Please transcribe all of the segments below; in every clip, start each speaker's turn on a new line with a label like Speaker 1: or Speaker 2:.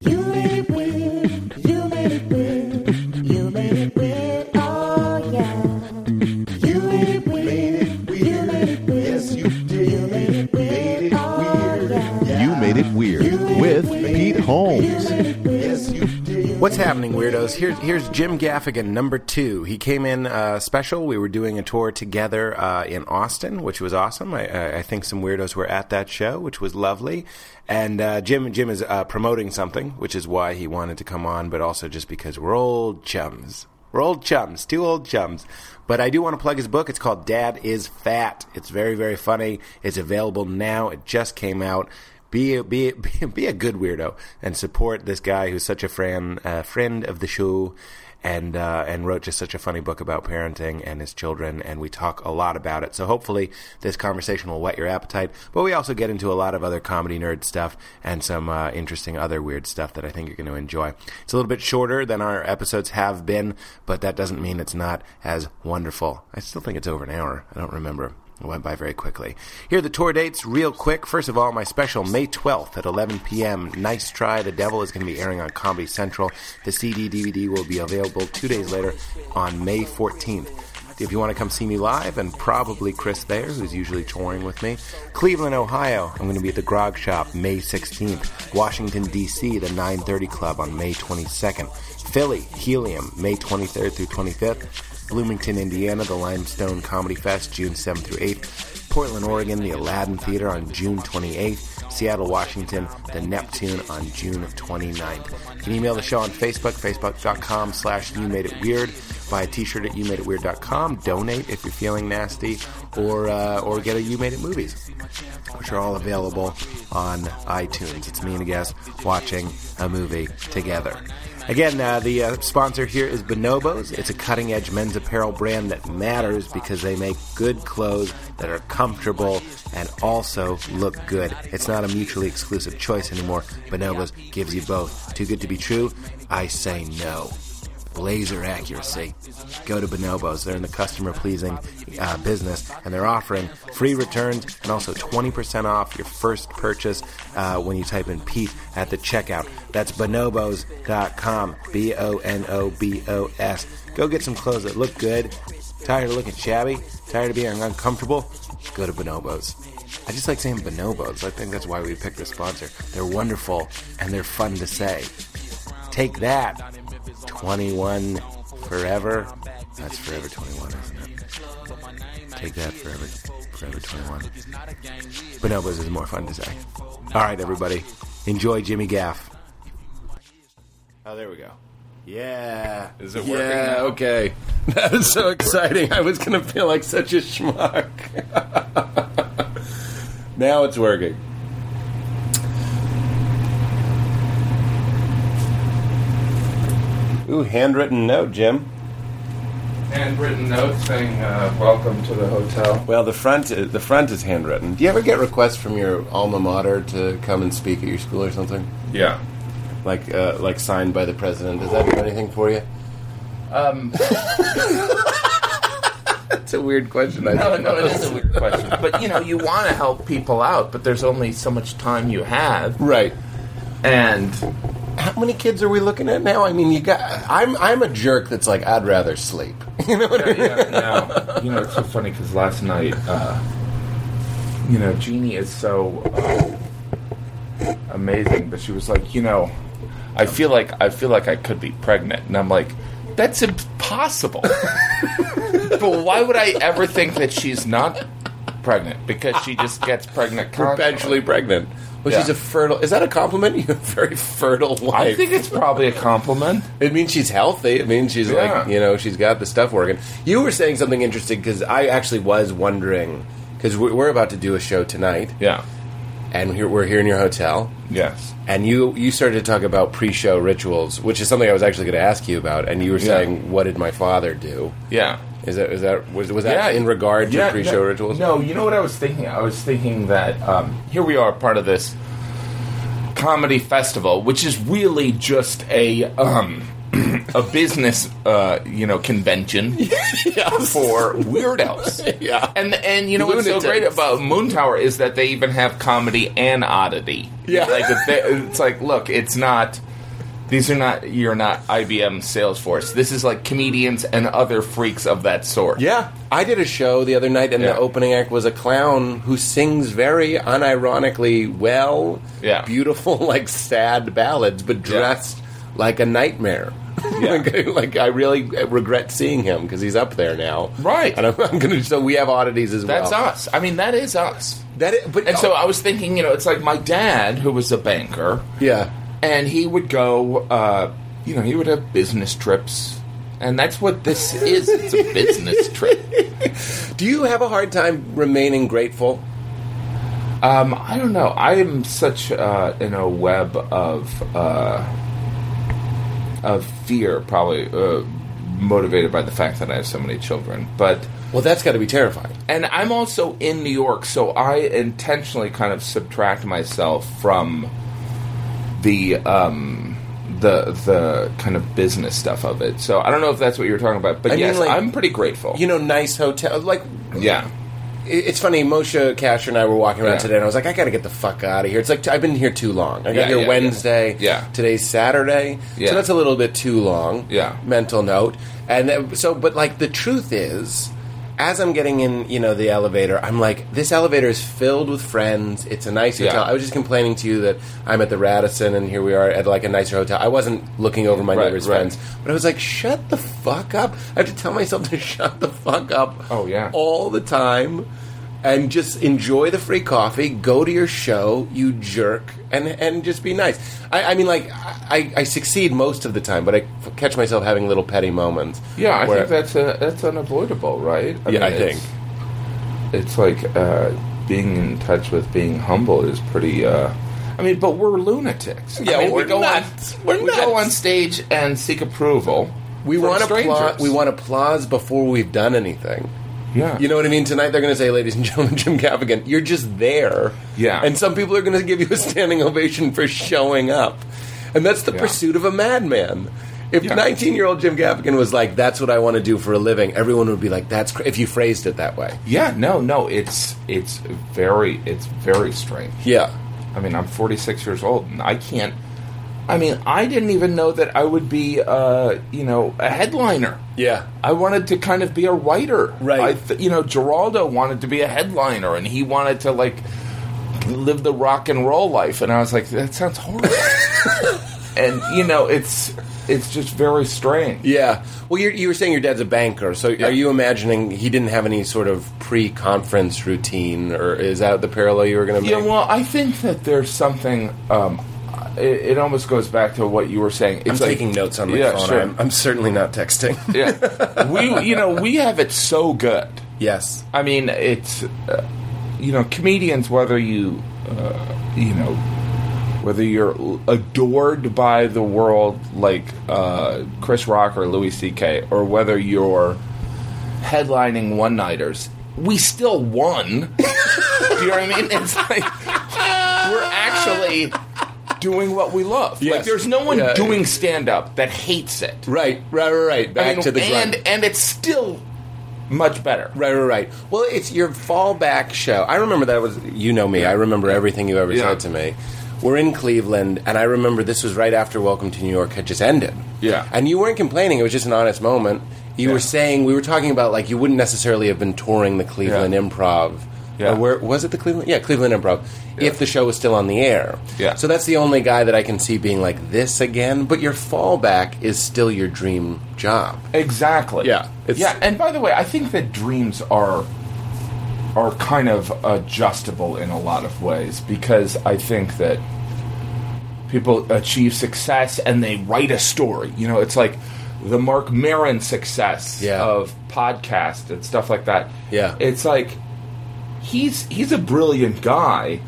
Speaker 1: You made it weird. You made it weird. You made it weird. Oh yeah. You made it weird. You made it weird. Yes, you did. You made it weird. Oh yeah.
Speaker 2: You Made It Weird with Pete Holmes.
Speaker 3: What's happening, weirdos? Here's here's Jim Gaffigan, number two. He came in uh, special. We were doing a tour together uh, in Austin, which was awesome. I- I, I think some weirdos were at that show, which was lovely. And uh, Jim Jim is uh, promoting something, which is why he wanted to come on, but also just because we're old chums. We're old chums, two old chums. But I do want to plug his book. It's called Dad is Fat. It's very, very funny. It's available now. It just came out. Be a, be, a, be a good weirdo and support this guy who's such a friend uh, friend of the show and uh, and wrote just such a funny book about parenting and his children and we talk a lot about it so hopefully this conversation will whet your appetite but we also get into a lot of other comedy nerd stuff and some uh, interesting other weird stuff that I think you're going to enjoy it's a little bit shorter than our episodes have been but that doesn't mean it's not as wonderful I still think it's over an hour I don't remember it went by very quickly. Here are the tour dates, real quick. First of all, my special, May 12th at 11 p.m. Nice Try the Devil is going to be airing on Comedy Central. The CD DVD will be available two days later on May 14th. If you want to come see me live, and probably Chris there, who's usually touring with me, Cleveland, Ohio, I'm going to be at the Grog Shop May 16th. Washington, D.C., the 930 Club on May 22nd. Philly, Helium, May 23rd through 25th. Bloomington, Indiana, the Limestone Comedy Fest, June 7th through 8th. Portland, Oregon, the Aladdin Theater on June 28th. Seattle, Washington, the Neptune on June 29th. You can email the show on Facebook, facebook.com slash you made it weird. Buy a t-shirt at youmadeitweird.com. Donate if you're feeling nasty or, uh, or get a You Made It Movies, which are all available on iTunes. It's me and a guest watching a movie together. Again, uh, the uh, sponsor here is Bonobos. It's a cutting edge men's apparel brand that matters because they make good clothes that are comfortable and also look good. It's not a mutually exclusive choice anymore. Bonobos gives you both. Too good to be true? I say no. Blazer accuracy. Go to Bonobos. They're in the customer pleasing uh, business and they're offering free returns and also 20% off your first purchase uh, when you type in Pete at the checkout. That's bonobos.com. B O N O B O S. Go get some clothes that look good. Tired of looking shabby? Tired of being uncomfortable? Go to Bonobos. I just like saying bonobos. I think that's why we picked the sponsor. They're wonderful and they're fun to say. Take that, 21 Forever. That's Forever 21, isn't it? Take that, Forever, forever 21. Bonobos is more fun to say. All right, everybody. Enjoy Jimmy Gaff. Oh, there we go. Yeah.
Speaker 4: Is it working?
Speaker 3: Yeah,
Speaker 4: now?
Speaker 3: okay. That is so exciting. I was going to feel like such a schmuck.
Speaker 4: Now it's working.
Speaker 3: Ooh, handwritten note, Jim.
Speaker 4: Handwritten note saying, uh, "Welcome to the hotel."
Speaker 3: Well, the front i- the front is handwritten. Do you ever get requests from your alma mater to come and speak at your school or something?
Speaker 4: Yeah.
Speaker 3: Like uh, like signed by the president. Does that do anything for you?
Speaker 5: Um,
Speaker 3: That's a weird question. I
Speaker 5: no, no, it is a weird question. But you know, you want to help people out, but there's only so much time you have.
Speaker 3: Right.
Speaker 5: And
Speaker 3: How many kids are we looking at now? I mean, you got. I'm I'm a jerk. That's like I'd rather sleep. You know what I mean?
Speaker 5: yeah,
Speaker 4: Now, you know, it's so funny because last night, uh,
Speaker 5: you know, Jeannie is so uh,
Speaker 4: uh, amazing, but she was like, you know, I feel like I feel like I could be pregnant, and I'm like, that's impossible.
Speaker 5: but why would I ever think that she's not pregnant? Because she just gets pregnant
Speaker 3: Perpetually
Speaker 5: constantly.
Speaker 3: pregnant. Well, she's
Speaker 5: Yeah.
Speaker 3: a fertile. Is that a compliment? You have a very fertile wife.
Speaker 5: I think it's probably a compliment.
Speaker 3: It means she's healthy. It means she's like
Speaker 5: Yeah.
Speaker 3: you know she's got the stuff working. You were saying something interesting because I actually was wondering because we're about to do a show tonight,
Speaker 4: Yeah.
Speaker 3: and here, we're here in your hotel,
Speaker 4: Yes.
Speaker 3: and you you started to talk about pre-show rituals, which is something I was actually going to ask you about, and you were
Speaker 4: Yeah.
Speaker 3: saying what did my father do?
Speaker 4: Yeah.
Speaker 3: Is that is that was, was that in regard to
Speaker 4: Yeah,
Speaker 3: pre-show
Speaker 4: no,
Speaker 3: rituals?
Speaker 4: No, you know what I was thinking? I was thinking that um, here we are, part of this comedy festival, which is really just a um, a business, uh, you know, convention for weirdos.
Speaker 6: Yeah.
Speaker 4: and and you know what's so great
Speaker 6: Lunatics.
Speaker 4: about Moon Tower is that they even have comedy and oddity.
Speaker 6: Yeah.
Speaker 4: like if they- it's like look, it's not. These are not you're not IBM Salesforce. This is like comedians and other freaks of that sort.
Speaker 7: Yeah, I did a show the other night, and
Speaker 4: Yeah.
Speaker 7: the opening act was a clown who sings very unironically well,
Speaker 4: Yeah.
Speaker 7: beautiful, like sad ballads, but dressed like a nightmare. like, like, I really uh, regret seeing him because he's up there now,
Speaker 4: Right.
Speaker 7: And I'm, I'm gonna. So we have oddities as
Speaker 4: That's
Speaker 7: well.
Speaker 4: us. I mean, that is us.
Speaker 7: That is, but
Speaker 4: And so I was thinking, you know, it's like my dad, who was a banker,
Speaker 7: yeah,
Speaker 4: and he would go, uh, you know, he would have business trips. And that's what this is. It's a business trip.
Speaker 7: do you have a hard time remaining grateful?
Speaker 4: Um, I don't know. I am such uh, in a web of uh, of fear, probably uh, motivated by the fact that I have so many children. But
Speaker 7: Well, that's got to be terrifying.
Speaker 4: and I'm also in New York, so I intentionally kind of subtract myself from the um, the the kind of business stuff of it. So I don't know if that's what you're talking about, but
Speaker 7: I mean,
Speaker 4: yes,
Speaker 7: like,
Speaker 4: I'm pretty grateful.
Speaker 7: You know, nice hotel, like
Speaker 4: yeah,
Speaker 7: It- It's funny, Moshe Kasher and I were walking around
Speaker 4: Yeah.
Speaker 7: today, and I was like, I gotta get the fuck out of here. It's like, i I've been here too long. I got
Speaker 4: Yeah,
Speaker 7: here
Speaker 4: yeah,
Speaker 7: Wednesday.
Speaker 4: yeah. Yeah.
Speaker 7: Today's Saturday.
Speaker 4: Yeah.
Speaker 7: So that's a little bit too long.
Speaker 4: Yeah.
Speaker 7: Mental note. And then- so, but like, the truth is, as I'm getting in, you know, the elevator, I'm like, this elevator is filled with friends. It's a nice hotel.
Speaker 4: Yeah.
Speaker 7: I was just complaining to you that I'm at the Radisson, and here we are at like a nicer hotel. I wasn't looking over my
Speaker 4: Right,
Speaker 7: neighbor's
Speaker 4: right.
Speaker 7: friends, but I was like, shut the fuck up. I have to tell myself to shut the fuck up
Speaker 4: Oh, yeah.
Speaker 7: all the time and just enjoy the free coffee go to your show you jerk and and just be nice i, I mean like I, I succeed most of the time but i f- catch myself having little petty moments
Speaker 4: yeah. I
Speaker 7: where-
Speaker 4: think that's a, that's unavoidable, right?
Speaker 7: Yeah, I
Speaker 4: it's- it's like uh, being in touch with being humble is pretty. Uh, I mean, but we're lunatics.
Speaker 7: Yeah,
Speaker 4: I mean,
Speaker 7: we're
Speaker 4: we go
Speaker 7: nuts.
Speaker 4: on
Speaker 7: We're
Speaker 4: we go
Speaker 7: nuts.
Speaker 4: on stage and seek approval.
Speaker 7: we
Speaker 4: from
Speaker 7: want applause
Speaker 4: strangers.
Speaker 7: we want applause before we've done anything
Speaker 4: yeah.
Speaker 7: you know what I mean? Tonight they're going to say, "Ladies and gentlemen, Jim Gaffigan, you're just there."
Speaker 4: Yeah.
Speaker 7: and some people are going to give you a standing ovation for showing up, and that's the
Speaker 4: Yeah.
Speaker 7: pursuit of a madman. If
Speaker 4: Yeah.
Speaker 7: 19 year old Jim Gaffigan was like, "That's what I want to do for a living," everyone would be like, "That's cra-, if you phrased it that way."
Speaker 4: Yeah, no, no, it's it's very it's very strange.
Speaker 7: Yeah,
Speaker 4: I mean, I'm 46 years old and I can't I mean, I didn't even know that I would be uh, you know, a headliner.
Speaker 7: yeah,
Speaker 4: I wanted to kind of be a writer.
Speaker 7: Right.
Speaker 4: I th- you know, Geraldo wanted to be a headliner and he wanted to like live the rock and roll life and I was like, that sounds horrible. and you know, it's it's just very strange.
Speaker 7: yeah. Well, you're, you were saying your dad's a banker, so are you imagining he didn't have any sort of pre-conference routine, or is that the parallel you were going to
Speaker 4: Yeah,
Speaker 7: make?
Speaker 4: well, I think that there's something. Um, it, it almost goes back to what you were saying.
Speaker 7: I'm
Speaker 4: It's like-
Speaker 7: taking notes on my
Speaker 4: yeah,
Speaker 7: phone.
Speaker 4: Sure.
Speaker 7: I'm, I'm certainly not texting.
Speaker 4: yeah, we you know we have it so good.
Speaker 7: yes.
Speaker 4: I mean, it's uh, you know comedians whether you uh, you know whether you're adored by the world like uh, Chris Rock or Louis C.K. or whether you're headlining one nighters. We still won. Do you know what I mean? It's like we're actually doing what we love. Like
Speaker 7: Yes.
Speaker 4: there's no one
Speaker 7: Yeah.
Speaker 4: doing stand up that hates it.
Speaker 7: Right, right, right, right. Back
Speaker 4: I mean,
Speaker 7: to the grind.
Speaker 4: and and it's still much better.
Speaker 7: Right, right, right. Well, it's your fallback show. I remember that was you know me. I remember everything you ever
Speaker 4: Yeah.
Speaker 7: said to me. We're in Cleveland, and I remember this was right after Welcome to New York had just ended.
Speaker 4: Yeah.
Speaker 7: and you weren't complaining. It was just an honest moment. You were saying we were talking about like you wouldn't necessarily have been touring the Cleveland
Speaker 4: Yeah.
Speaker 7: Improv.
Speaker 4: Yeah.
Speaker 7: Or where was it? The Cleveland, yeah, Cleveland Improv. If the show was still on the air,
Speaker 4: Yeah.
Speaker 7: So that's the only guy that I can see being like this again. But your fallback is still your dream job.
Speaker 4: Exactly.
Speaker 7: Yeah, it's-
Speaker 4: yeah. And by the way, I think that dreams are are kind of adjustable in a lot of ways because I think that people achieve success and they write a story. You know, it's like the Mark Maron success
Speaker 7: Yeah.
Speaker 4: of podcast and stuff like that.
Speaker 7: Yeah.
Speaker 4: It's like he's he's a brilliant guy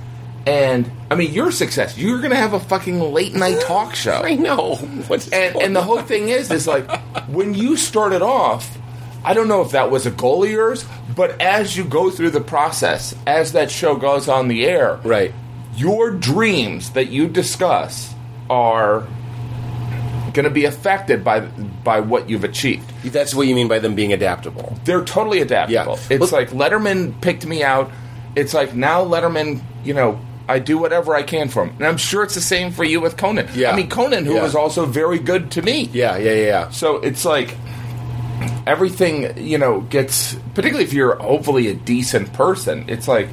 Speaker 4: and I mean your success. You're gonna have a fucking late night talk show.
Speaker 7: I know. What's
Speaker 4: and, and the whole thing is is like when you started off i don't know if that was a goal of yours but as you go through the process as that show goes on the air
Speaker 7: right.
Speaker 4: your dreams that you discuss are going to be affected by by what you've achieved.
Speaker 7: That's what you mean by them being adaptable.
Speaker 4: They're totally adaptable.
Speaker 7: Yeah.
Speaker 4: It's like Letterman picked me out. It's like now Letterman, you know, I do whatever I can for him. And I'm sure it's the same for you with Conan.
Speaker 7: Yeah.
Speaker 4: I mean, Conan, who
Speaker 7: Yeah.
Speaker 4: was also very good to me.
Speaker 7: Yeah, yeah, yeah, yeah.
Speaker 4: So it's like everything, you know, gets particularly if you're hopefully a decent person, it's like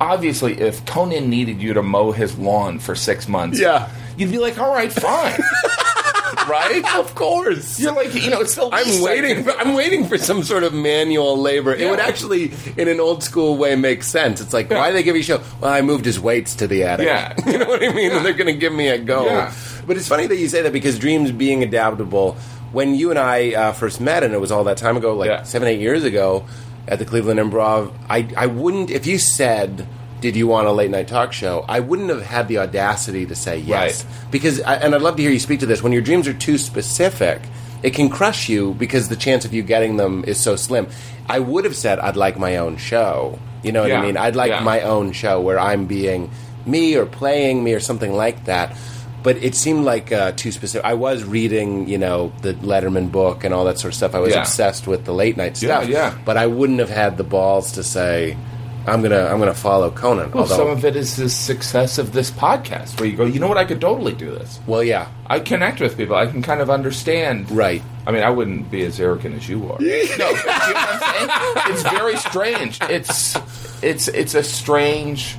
Speaker 4: obviously if Conan needed you to mow his lawn for six months,
Speaker 7: Yeah.
Speaker 4: you'd be like, All right, fine. right? Of course. You're like, you know, it's the
Speaker 7: I'm
Speaker 4: least I
Speaker 7: waiting.
Speaker 4: can-
Speaker 7: For, I'm waiting for some sort of manual labor. It would
Speaker 4: Yeah.
Speaker 7: actually, in an old school way, make sense. It's like, why do they give you show? Well, I moved his weights to the attic.
Speaker 4: Yeah.
Speaker 7: you know what I mean. And they're going to give me a go.
Speaker 4: Yeah.
Speaker 7: But it's funny that you say that because dreams being adaptable. When you and I uh, first met, and it was all that time ago, like
Speaker 4: Yeah.
Speaker 7: seven, eight years ago, at the Cleveland Improv, I, I wouldn't. If you said, "Did you want a late night talk show?" I wouldn't have had the audacity to say yes
Speaker 4: Right.
Speaker 7: because I- and I'd love to hear you speak to this when your dreams are too specific it can crush you because the chance of you getting them is so slim I would have said I'd like my own show you know what I
Speaker 4: Yeah,
Speaker 7: mean I'd like
Speaker 4: yeah.
Speaker 7: my own show where I'm being me or playing me or something like that but it seemed like uh, too specific I was reading you know the Letterman book and all that sort of stuff I was
Speaker 4: Yeah.
Speaker 7: obsessed with the late night stuff
Speaker 4: yeah.
Speaker 7: but I wouldn't have had the balls to say I'm gonna I'm gonna follow Conan
Speaker 4: Well,
Speaker 7: although
Speaker 4: some of it is the success of this podcast where you go, you know what, I could totally do this.
Speaker 7: well yeah
Speaker 4: I connect with people. I can kind of understand.
Speaker 7: Right.
Speaker 4: I mean, I wouldn't be as arrogant as you are. no, you know what I'm saying? It's very strange. It's it's it's a strange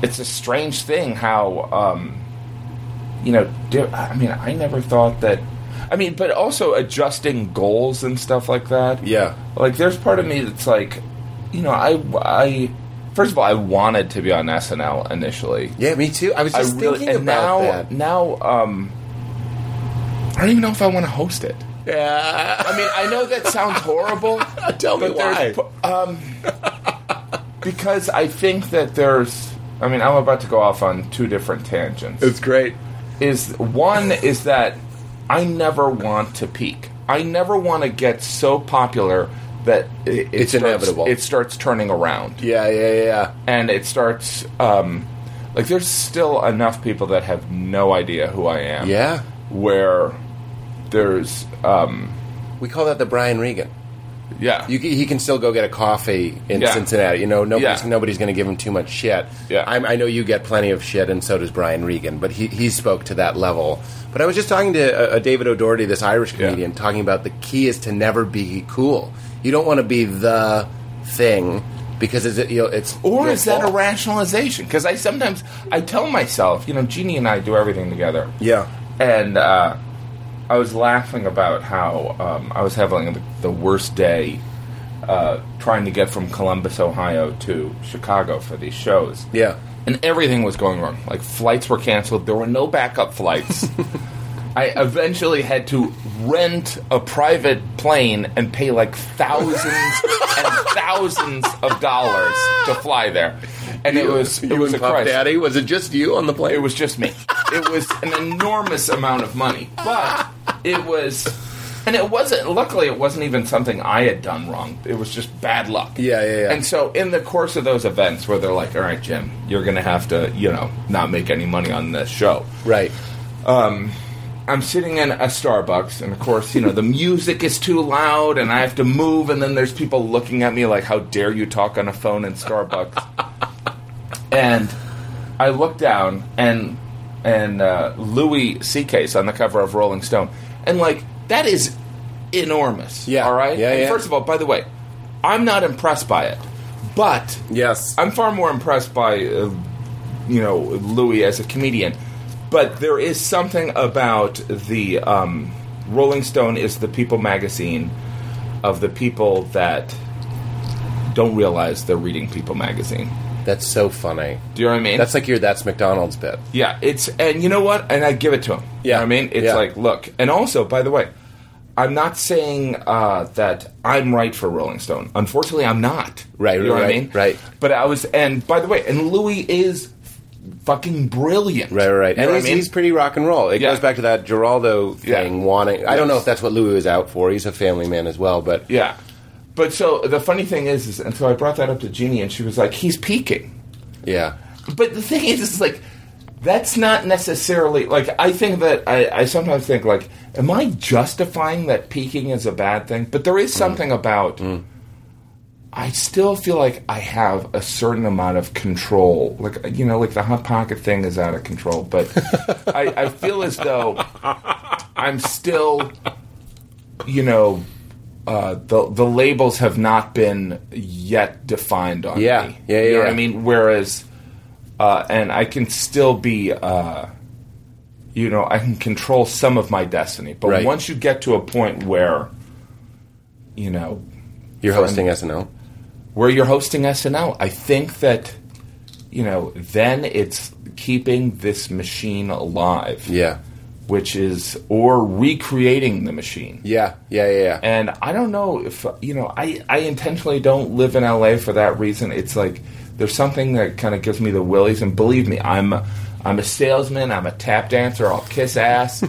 Speaker 4: it's a strange thing how um, you know. di- I mean, I never thought that. I mean, but also adjusting goals and stuff like that.
Speaker 7: Yeah.
Speaker 4: Like, there's part of me that's like, you know, I I first of all, I wanted to be on SNL initially.
Speaker 7: yeah me too I was just thinking
Speaker 4: and now,
Speaker 7: about that
Speaker 4: Now, um, I don't even know if I want to host it.
Speaker 7: Yeah.
Speaker 4: I mean, I know that sounds horrible.
Speaker 7: Tell me
Speaker 4: but there's
Speaker 7: why.
Speaker 4: p- Um, because I think that there's. I mean, I'm about to go off on two different tangents.
Speaker 7: great.
Speaker 4: Is one is that I never want to peak. I never want to get so popular that it, it
Speaker 7: It's
Speaker 4: starts-
Speaker 7: inevitable.
Speaker 4: It starts turning around
Speaker 7: Yeah, yeah, yeah.
Speaker 4: and it starts um, like there's still enough people that have no idea who I am.
Speaker 7: Yeah.
Speaker 4: where there's um,
Speaker 7: We call that the Brian Regan.
Speaker 4: yeah,
Speaker 7: You, c- he can still go get a coffee in
Speaker 4: Yeah.
Speaker 7: Cincinnati. You know, nobody's
Speaker 4: Yeah.
Speaker 7: nobody's going to give him too much shit.
Speaker 4: Yeah.
Speaker 7: I'm, I know you get plenty of shit, and so does Brian Regan. But he he spoke to that level. But I was just talking to uh, uh, David O'Doherty, this Irish
Speaker 4: Yeah.
Speaker 7: comedian, talking about the key is to never be cool. You don't want to be the thing because it's you know, it's
Speaker 4: or
Speaker 7: your
Speaker 4: is that a
Speaker 7: fault.
Speaker 4: rationalization? Because I sometimes I tell myself, you know, Jeannie and I do everything together.
Speaker 7: Yeah.
Speaker 4: and uh, I was laughing about how um, I was having the, the worst day uh, trying to get from Columbus, Ohio, to Chicago for these shows.
Speaker 7: Yeah.
Speaker 4: and everything was going wrong. Like flights were canceled. There were no backup flights. I eventually had to rent a private plane and pay like thousands and thousands of dollars to fly there. And it was it
Speaker 7: you
Speaker 4: was a
Speaker 7: and Puff
Speaker 4: crush.
Speaker 7: Daddy. Was it just you on the plane?
Speaker 4: It was just me. It was an enormous amount of money, but it was, and it wasn't. Luckily, it wasn't even something I had done wrong. It was just bad luck.
Speaker 7: Yeah, yeah, yeah.
Speaker 4: And so, in the course of those events, where they're like, "All right, Jim, you're going to have to, you know, not make any money on this show,"
Speaker 7: right.
Speaker 4: I'm sitting in a Starbucks, and of course, you know, the music is too loud, and I have to move, and then there's people looking at me like, how dare you talk on a phone in Starbucks? and I look down, and and uh, Louis C.K.'s on the cover of Rolling Stone, and like that is enormous.
Speaker 7: Yeah.
Speaker 4: All right.
Speaker 7: Yeah,
Speaker 4: And
Speaker 7: yeah.
Speaker 4: First of all, by the way, I'm not impressed by it, but
Speaker 7: Yes.
Speaker 4: I'm far more impressed by, uh, you know, Louis as a comedian, but there is something about the um, Rolling Stone is the People magazine of the people that don't realize they're reading People magazine.
Speaker 7: That's so funny.
Speaker 4: Do you know what I mean?
Speaker 7: That's like your that's McDonald's bit.
Speaker 4: Yeah, it's and you know what? And I give it to him.
Speaker 7: Yeah.
Speaker 4: you know what I mean, it's
Speaker 7: Yeah.
Speaker 4: like look. And also, by the way, I'm not saying uh, that I'm right for Rolling Stone. Unfortunately, I'm not.
Speaker 7: Right,
Speaker 4: you know what I
Speaker 7: right,
Speaker 4: mean?
Speaker 7: right.
Speaker 4: But I was, and by the way, and Louis is fucking brilliant.
Speaker 7: Right, right, right.
Speaker 4: You know
Speaker 7: and
Speaker 4: what
Speaker 7: he's,
Speaker 4: I mean?
Speaker 7: he's pretty rock and roll. It
Speaker 4: Yeah.
Speaker 7: goes back to that Geraldo
Speaker 4: Yeah.
Speaker 7: thing. Wanting, I don't
Speaker 4: Yes.
Speaker 7: know if that's what Louis was out for. He's a family man as well, but
Speaker 4: yeah. But so the funny thing is, is, and so I brought that up to Jeannie, and she was like, "He's peaking."
Speaker 7: yeah,
Speaker 4: But the thing is, is like that's not necessarily like I think that I, I sometimes think like, am I justifying that peaking is a bad thing? But there
Speaker 7: Mm.
Speaker 4: is something about I still feel like I have a certain amount of control. Like you know, like the hot pocket thing is out of control, but I, I feel as though I'm still, you know, uh, the the labels have not been yet defined on
Speaker 7: Yeah.
Speaker 4: me.
Speaker 7: Yeah, yeah,
Speaker 4: You know what
Speaker 7: yeah.
Speaker 4: I mean, whereas, uh, and I can still be, uh, you know, I can control some of my destiny. But
Speaker 7: Right.
Speaker 4: once you get to a point where, you know,
Speaker 7: You're hosting SNL.
Speaker 4: where you're hosting SNL. I think that you know then it's keeping this machine alive.
Speaker 7: Yeah.
Speaker 4: Which is or recreating the machine.
Speaker 7: Yeah. Yeah. Yeah. Yeah.
Speaker 4: And I don't know if you know I I intentionally don't live in LA for that reason. It's like there's something that kind of gives me the willies and believe me, I'm I'm a salesman, I'm a tap dancer, I'll kiss ass,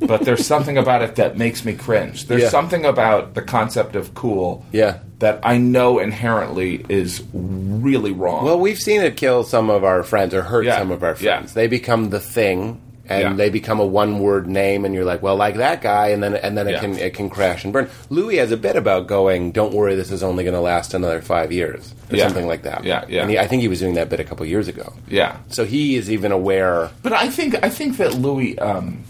Speaker 4: but there's something about it that makes me cringe. There's
Speaker 7: Yeah.
Speaker 4: something about the concept of cool
Speaker 7: Yeah.
Speaker 4: that I know inherently is really wrong.
Speaker 7: Well, we've seen it kill some of our friends or hurt
Speaker 4: Yeah,
Speaker 7: some of our
Speaker 4: yeah.
Speaker 7: friends. They become the thing, and
Speaker 4: Yeah.
Speaker 7: they become a one-word name, and you're like, "Well, like that guy," and then and then it
Speaker 4: Yeah.
Speaker 7: can it can crash and burn. Louis has a bit about going, "Don't worry, this is only going to last another five years," or
Speaker 4: Yeah.
Speaker 7: something like that.
Speaker 4: Yeah, yeah.
Speaker 7: And he, I think he was doing that bit a couple years ago.
Speaker 4: yeah.
Speaker 7: So he is even aware.
Speaker 4: But I think I think that Louis um,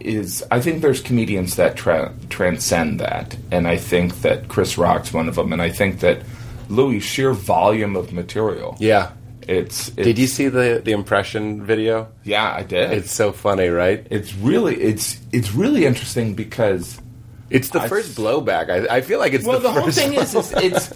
Speaker 4: is. I think there's comedians that tra- transcend that, and I think that Chris Rock's one of them, and I think that Louis' sheer volume of material.
Speaker 7: Yeah.
Speaker 4: It's, it's.
Speaker 7: Did you see the the impression video?
Speaker 4: Yeah, I did.
Speaker 7: It's so funny, right?
Speaker 4: it's really it's it's really interesting because
Speaker 7: It's the
Speaker 4: I-
Speaker 7: first blowback. I, I feel like it's
Speaker 4: well the, whole
Speaker 7: first
Speaker 4: thing is, is it's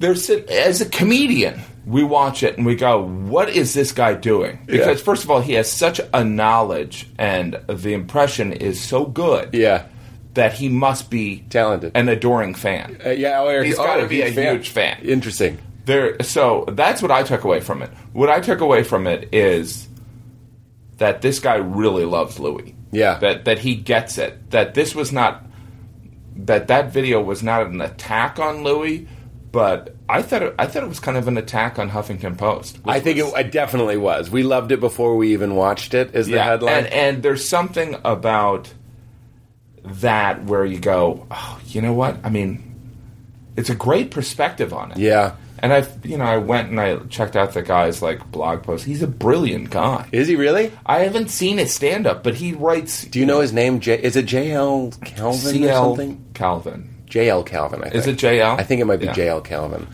Speaker 4: there's a- as a comedian we watch it and we go what is this guy doing because first of all he has such a knowledge and the impression is so good
Speaker 7: Yeah.
Speaker 4: that he must be
Speaker 7: Talented.
Speaker 4: an adoring fan
Speaker 7: Uh, yeah, oh,
Speaker 4: He's
Speaker 7: oh,
Speaker 4: gotta be a
Speaker 7: huge fan.
Speaker 4: huge fan.
Speaker 7: Interesting.
Speaker 4: there so that's what i took away from it what i took away from it is that this guy really loves louis
Speaker 7: Yeah.
Speaker 4: that that he gets it that this was not that that video was not an attack on louis but i thought it, i thought it was kind of an attack on huffington post which
Speaker 7: I think
Speaker 4: was-
Speaker 7: it, it definitely was. We loved it before we even watched it. Is the headline?
Speaker 4: And, and there's something about that where you go, oh, you know what? I mean, it's a great perspective on it.
Speaker 7: yeah.
Speaker 4: And I, you know, I went and I checked out the guy's like blog post. He's a brilliant guy.
Speaker 7: Is he really?
Speaker 4: I haven't seen his stand up, but he writes.
Speaker 7: Do you know his name? J- is it J.L. Calvin or
Speaker 4: CL
Speaker 7: something?
Speaker 4: Calvin?
Speaker 7: J.L. Calvin, I think.
Speaker 4: Is it JL?
Speaker 7: I think it might be
Speaker 4: Yeah.
Speaker 7: J.L. Calvin.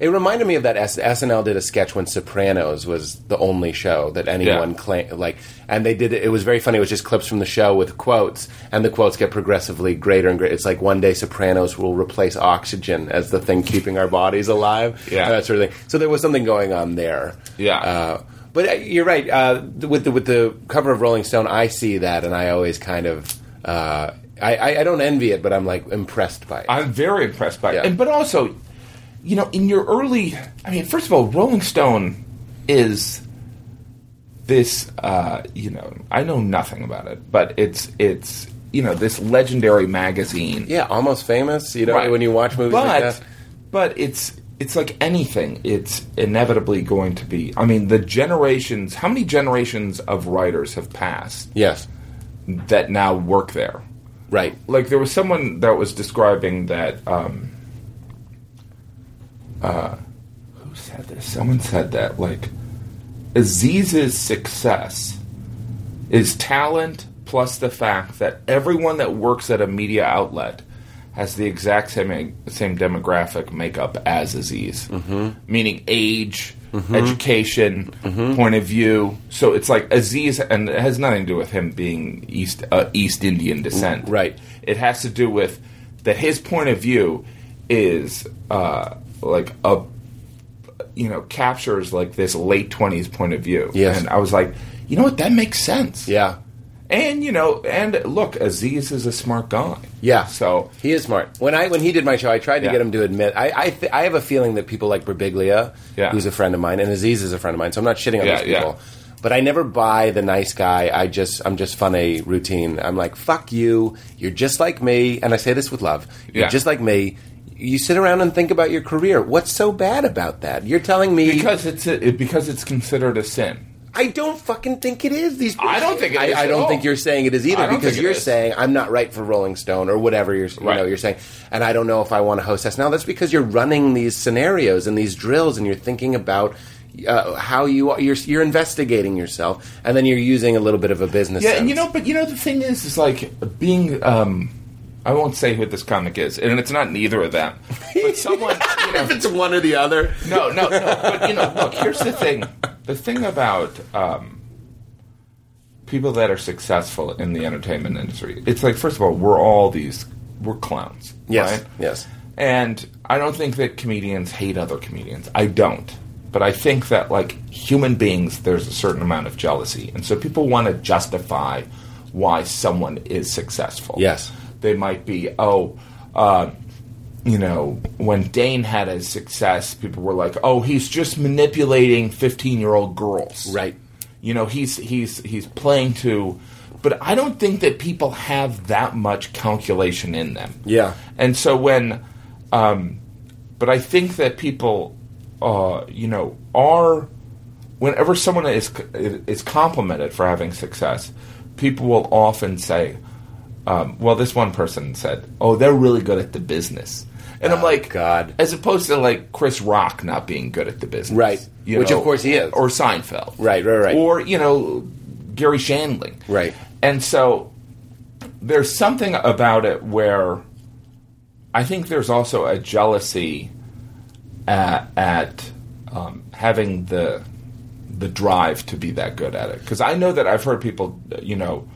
Speaker 7: It reminded me of that S- SNL did a sketch when Sopranos was the only show that anyone
Speaker 4: Yeah.
Speaker 7: claimed like, and they did it. It was very funny. It was just clips from the show with quotes, and the quotes get progressively greater and greater. It's like one day Sopranos will replace oxygen as the thing keeping our bodies alive,
Speaker 4: Yeah.
Speaker 7: that sort of thing. So there was something going on there.
Speaker 4: Yeah.
Speaker 7: Uh, but uh, you're right. Uh, th- with the with the cover of Rolling Stone, I see that, and I always kind of uh, I, I I don't envy it, but I'm like impressed by it.
Speaker 4: I'm very impressed by
Speaker 7: Yeah.
Speaker 4: it. And, but also, you know, in your early, I mean, first of all, Rolling Stone is this. Uh, you know, I know nothing about it, but it's it's you know this legendary magazine.
Speaker 7: Yeah, almost famous. You know,
Speaker 4: Right.
Speaker 7: when you watch movies
Speaker 4: but,
Speaker 7: like that.
Speaker 4: But it's it's like anything. It's inevitably going to be. I mean, the generations. How many generations of writers have passed
Speaker 7: Yes,
Speaker 4: that now work there?
Speaker 7: right.
Speaker 4: like there was someone that was describing that um uh who said this someone said that like aziz's success is talent plus the fact that everyone that works at a media outlet has the exact same same demographic makeup as aziz mm-hmm. meaning age Education, point of view. So it's like Aziz, and it has nothing to do with him being East uh, East Indian descent.
Speaker 7: Right.
Speaker 4: It has to do with that his point of view is uh, like a you know captures like this late twenties point of view.
Speaker 7: Yes.
Speaker 4: And I was like, you know what, that makes sense.
Speaker 7: Yeah,
Speaker 4: And you know, and look, Aziz is a smart guy.
Speaker 7: yeah.
Speaker 4: So
Speaker 7: he is smart. When I when he did my show, I tried to
Speaker 4: Yeah.
Speaker 7: get him to admit. I I, th- I have a feeling that people like Berbiglia,
Speaker 4: Yeah.
Speaker 7: who's a friend of mine, and Aziz is a friend of mine. So I'm not shitting on
Speaker 4: Yeah,
Speaker 7: these people. But I never buy the nice guy. I just I'm just funny routine. I'm like fuck you. You're just like me, and I say this with love. You're
Speaker 4: Yeah.
Speaker 7: just like me. You sit around and think about your career. What's so bad about that? You're telling me
Speaker 4: because it's a, it, because it's considered a sin.
Speaker 7: I don't fucking think it is. These
Speaker 4: I don't think it is
Speaker 7: I, I
Speaker 4: at
Speaker 7: don't
Speaker 4: all.
Speaker 7: think you're saying it is
Speaker 4: I
Speaker 7: either
Speaker 4: don't
Speaker 7: because
Speaker 4: think it
Speaker 7: you're
Speaker 4: is.
Speaker 7: saying I'm not right for Rolling Stone or whatever you're you
Speaker 4: Right.
Speaker 7: know you're saying. And I don't know if I want to hostess now. That's because you're running these scenarios and these drills and you're thinking about uh, how you are. You're, you're investigating yourself and then you're using a little bit of a business.
Speaker 4: Yeah, and you
Speaker 7: sense.
Speaker 4: know, but you know, the thing is, is like being. um I won't say who this comic is, and it's not neither of them. But someone, you know,
Speaker 7: if it's one or the other.
Speaker 4: no, no, no. But you know, look. Here's the thing. The thing about um, people that are successful in the entertainment industry, it's like first of all, we're all these we're clowns,
Speaker 7: Yes,
Speaker 4: right?
Speaker 7: yes.
Speaker 4: And I don't think that comedians hate other comedians. I don't. But I think that like human beings, there's a certain amount of jealousy, and so people want to justify why someone is successful.
Speaker 7: Yes.
Speaker 4: they might be oh. Uh, you know, when Dane had his success, people were like, "Oh, he's just manipulating fifteen-year-old girls."
Speaker 7: Right.
Speaker 4: You know, he's he's he's playing to, but I don't think that people have that much calculation in them.
Speaker 7: Yeah.
Speaker 4: And so when, um, but I think that people, uh, you know, are whenever someone is is complimented for having success, people will often say, um, "Well, this one person said, oh, they're really good at the business," and I'm
Speaker 7: Oh,
Speaker 4: like,
Speaker 7: God.
Speaker 4: as opposed to like Chris Rock not being good at the business,
Speaker 7: Right.
Speaker 4: you
Speaker 7: Which, of course, he is.
Speaker 4: or Seinfeld,
Speaker 7: Right, right, right.
Speaker 4: or you know, Gary Shandling,
Speaker 7: Right.
Speaker 4: and so there's something about it where I think there's also a jealousy at, at um, having the the drive to be that good at it. Because I know that I've heard people, you know,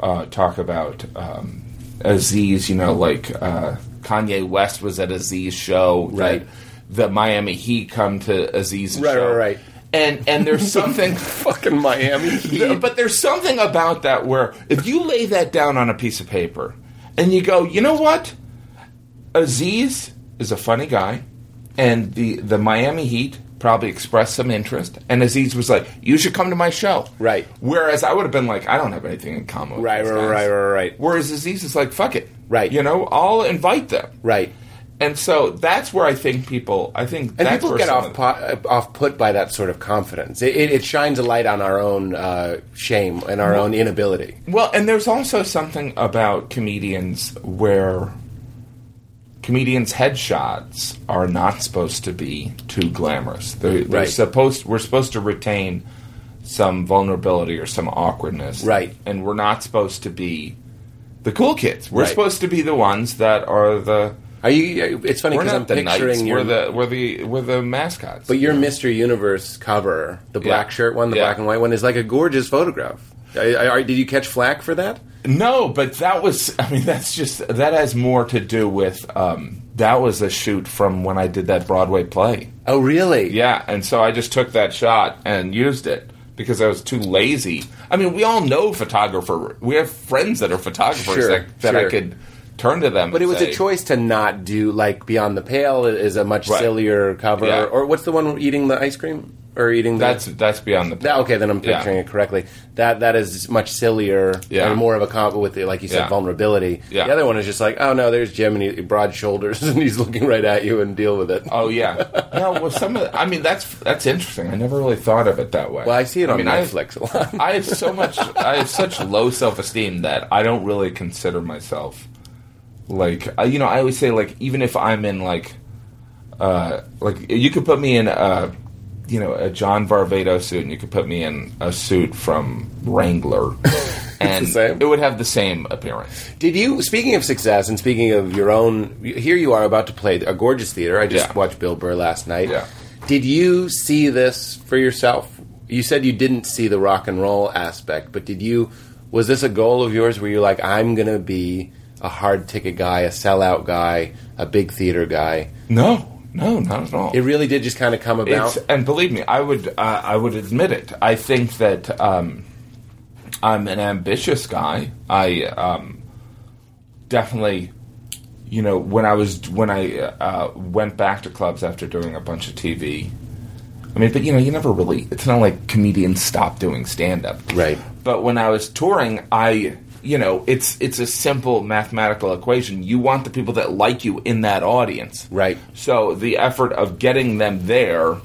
Speaker 4: uh, talk about um, Aziz. You know, like uh, Kanye West was at Aziz show,
Speaker 7: Right.
Speaker 4: The, the Miami Heat come to Aziz's
Speaker 7: Right,
Speaker 4: show,
Speaker 7: right, right.
Speaker 4: And and there's something
Speaker 7: Fucking Miami
Speaker 4: no, but there's something about that where if you lay that down on a piece of paper and you go, you know what? Aziz is a funny guy, and the, the Miami Heat probably expressed some interest. And Aziz was like, you should come to my show.
Speaker 7: Right.
Speaker 4: Whereas I would have been like, I don't have anything in common with
Speaker 7: Right,
Speaker 4: these
Speaker 7: right,
Speaker 4: guys."
Speaker 7: right, right, right.
Speaker 4: Whereas Aziz is like, fuck it.
Speaker 7: Right.
Speaker 4: You know, I'll invite them.
Speaker 7: Right.
Speaker 4: And so that's where I think people, I think
Speaker 7: And
Speaker 4: that's
Speaker 7: people
Speaker 4: where
Speaker 7: get
Speaker 4: some
Speaker 7: off
Speaker 4: of-
Speaker 7: po- uh, off put by that sort of confidence. It, it, it shines a light on our own uh, shame and our own inability.
Speaker 4: Well, and there's also something about comedians where comedians' headshots are not supposed to be too glamorous. They're, they're
Speaker 7: Right.
Speaker 4: supposed we're supposed to retain some vulnerability or some awkwardness,
Speaker 7: Right.
Speaker 4: And we're not supposed to be the cool kids. We're
Speaker 7: Right.
Speaker 4: supposed to be the ones that are the
Speaker 7: Are you? It's funny
Speaker 4: we're
Speaker 7: because
Speaker 4: not
Speaker 7: I'm
Speaker 4: the knights.
Speaker 7: picturing your,
Speaker 4: We're the we're the we're the mascots.
Speaker 7: but your Mr. Universe cover, the black
Speaker 4: Yeah.
Speaker 7: shirt one, the
Speaker 4: Yeah.
Speaker 7: black and white one, is like a gorgeous photograph. I, I, I- did you catch flack for that?
Speaker 4: No, but that was. I mean, that's just that has more to do with. Um, that was a shoot from when I did that Broadway play.
Speaker 7: Oh, really?
Speaker 4: Yeah, and so I just took that shot and used it because I was too lazy. I mean, we all know photographer. We have friends that are photographers
Speaker 7: Sure,
Speaker 4: that, that
Speaker 7: sure.
Speaker 4: I could turn to them.
Speaker 7: But it was a
Speaker 4: say-
Speaker 7: choice to not do like Beyond the Pale is a much
Speaker 4: Right.
Speaker 7: sillier cover,
Speaker 4: Yeah.
Speaker 7: or what's the one eating the ice cream or eating the
Speaker 4: That's that's beyond the.
Speaker 7: That, okay, then I'm
Speaker 4: Yeah.
Speaker 7: picturing it correctly. That that is much sillier
Speaker 4: Yeah.
Speaker 7: and more of a comp with the, like you said
Speaker 4: Yeah.
Speaker 7: vulnerability.
Speaker 4: Yeah.
Speaker 7: The other one is just like, oh no, there's Jim and he, broad shoulders and he's looking right at you and deal with it.
Speaker 4: Oh yeah. No, well, some of. I mean, that's that's interesting. I never really thought of it that way.
Speaker 7: well, I see it on
Speaker 4: mean, I-
Speaker 7: Netflix a lot.
Speaker 4: I have so much. I have such low self esteem that I don't really consider myself like I- you know. I always say like even if I'm in like uh like you could put me in a you know a John Varvato suit and you could put me in a suit from Wrangler and
Speaker 7: same.
Speaker 4: it would have the same appearance.
Speaker 7: Did you? Speaking of success and speaking of your own, here you are about to play a gorgeous theater. I just
Speaker 4: Yeah.
Speaker 7: watched Bill Burr last night.
Speaker 4: Yeah.
Speaker 7: Did you see this for yourself? You said you didn't see the rock and roll aspect, but did you? Was this a goal of yours? Were you like, I'm going to be a hard ticket guy, a sellout guy, a big theater guy?
Speaker 4: No, no, not at all.
Speaker 7: It really did just kind of come about.
Speaker 4: It's, and believe me, I would uh, I would admit it. I think that um, I'm an ambitious guy. I um, definitely, you know, when I was when I uh, went back to clubs after doing a bunch of TV. I mean, but you know, you never really. It's not like comedians stop doing stand up,
Speaker 7: Right.
Speaker 4: But when I was touring, I. You know, it's it's a simple mathematical equation. You want the people that like you in that audience,
Speaker 7: Right.
Speaker 4: so the effort of getting them there,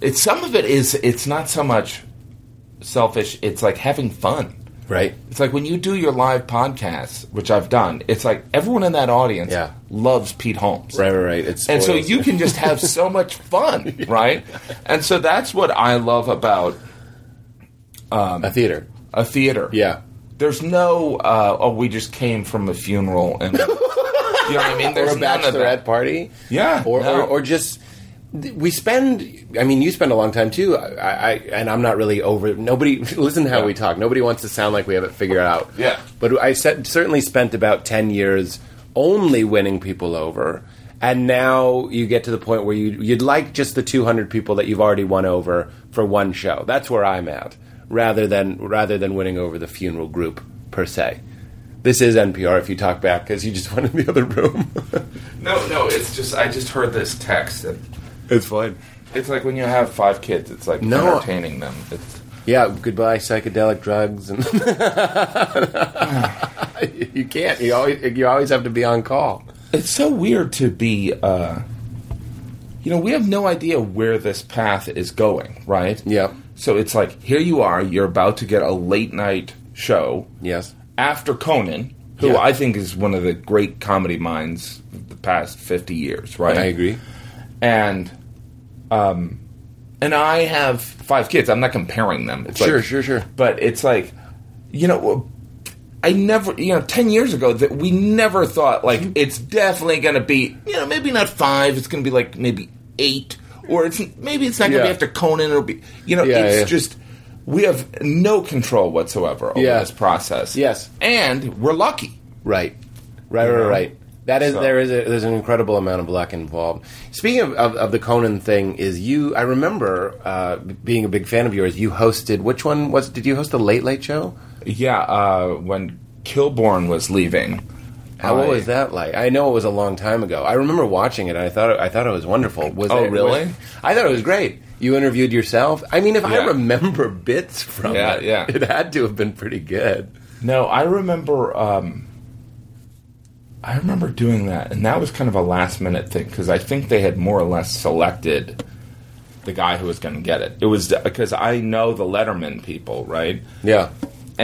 Speaker 4: it's some of it is it's not so much selfish. It's like having fun.
Speaker 7: Right.
Speaker 4: It's like when you do your live podcasts, which I've done. It's like everyone in that audience
Speaker 7: Yeah.
Speaker 4: loves Pete Holmes.
Speaker 7: Right, right, right. It's
Speaker 4: and so you can just have so much fun, right? And so that's what I love about
Speaker 7: a theater.
Speaker 4: a theater.
Speaker 7: Yeah.
Speaker 4: There's no, uh, oh, we just came from a funeral. And, you know what I mean? There's
Speaker 7: or a
Speaker 4: none of that.
Speaker 7: bachelorette party.
Speaker 4: Yeah,
Speaker 7: Or,
Speaker 4: no.
Speaker 7: or or just th- we spend. I mean, you spend a long time too. I, I and I'm not really over. Nobody listen to how we talk. Nobody wants to sound like we have it figured out.
Speaker 4: Yeah.
Speaker 7: But I se- certainly spent about ten years only winning people over. And now you get to the point where you you'd like just the 200 people that you've already won over for one show. That's where I'm at, rather than rather than winning over the funeral group per se. This is NPR if you talk back because you just went in the other room.
Speaker 4: No, no, it's just, I just heard this text. And
Speaker 7: it's fine.
Speaker 4: it's like when you have five kids, it's like
Speaker 7: No.
Speaker 4: entertaining them. It's,
Speaker 7: Yeah, goodbye psychedelic drugs and you can't. You always you always have to be on call.
Speaker 4: it's so weird to be uh you know we have no idea where this path is going right
Speaker 7: Yeah.
Speaker 4: so it's like here you are you're about to get a late night show
Speaker 7: Yes.
Speaker 4: after conan who
Speaker 7: Yeah.
Speaker 4: i think is one of the great comedy minds of the past 50 years right
Speaker 7: I agree.
Speaker 4: and um and i have five kids i'm not comparing them It's
Speaker 7: Sure,
Speaker 4: like-
Speaker 7: sure, sure.
Speaker 4: but it's like you know i never you know 10 years ago that we never thought like
Speaker 7: Mm-hmm.
Speaker 4: it's definitely going to be you know maybe not 5 it's going to be like maybe 8 or it's maybe it's not going to
Speaker 7: Yeah.
Speaker 4: be after conan it'll be you know
Speaker 7: Yeah,
Speaker 4: it's
Speaker 7: yeah.
Speaker 4: just we have no control whatsoever over
Speaker 7: Yeah.
Speaker 4: this process
Speaker 7: Yes.
Speaker 4: and we're lucky
Speaker 7: Right. Right, right, right. That is
Speaker 4: So-
Speaker 7: there is a, there's an incredible amount of luck involved. Speaking of, of, of the Conan thing, is you I remember uh, being a big fan of yours. You hosted which one was did you host the Late Late Show?
Speaker 4: yeah uh when kilborn was leaving
Speaker 7: How
Speaker 4: I-
Speaker 7: what was that like? I know it was a long time ago. I remember watching it. and I thought I thought it was wonderful. Was
Speaker 4: Oh,
Speaker 7: it,
Speaker 4: really?
Speaker 7: was- I thought it was great. You interviewed yourself. I mean, if I
Speaker 4: Yeah.
Speaker 7: remember bits from
Speaker 4: Yeah,
Speaker 7: it,
Speaker 4: yeah.
Speaker 7: it had to have been pretty good.
Speaker 4: No, I remember. Um, I remember doing that, and that was kind of a last minute thing because I think they had more or less selected the guy who was going to get it. It was because I know the Letterman people, right?
Speaker 7: Yeah,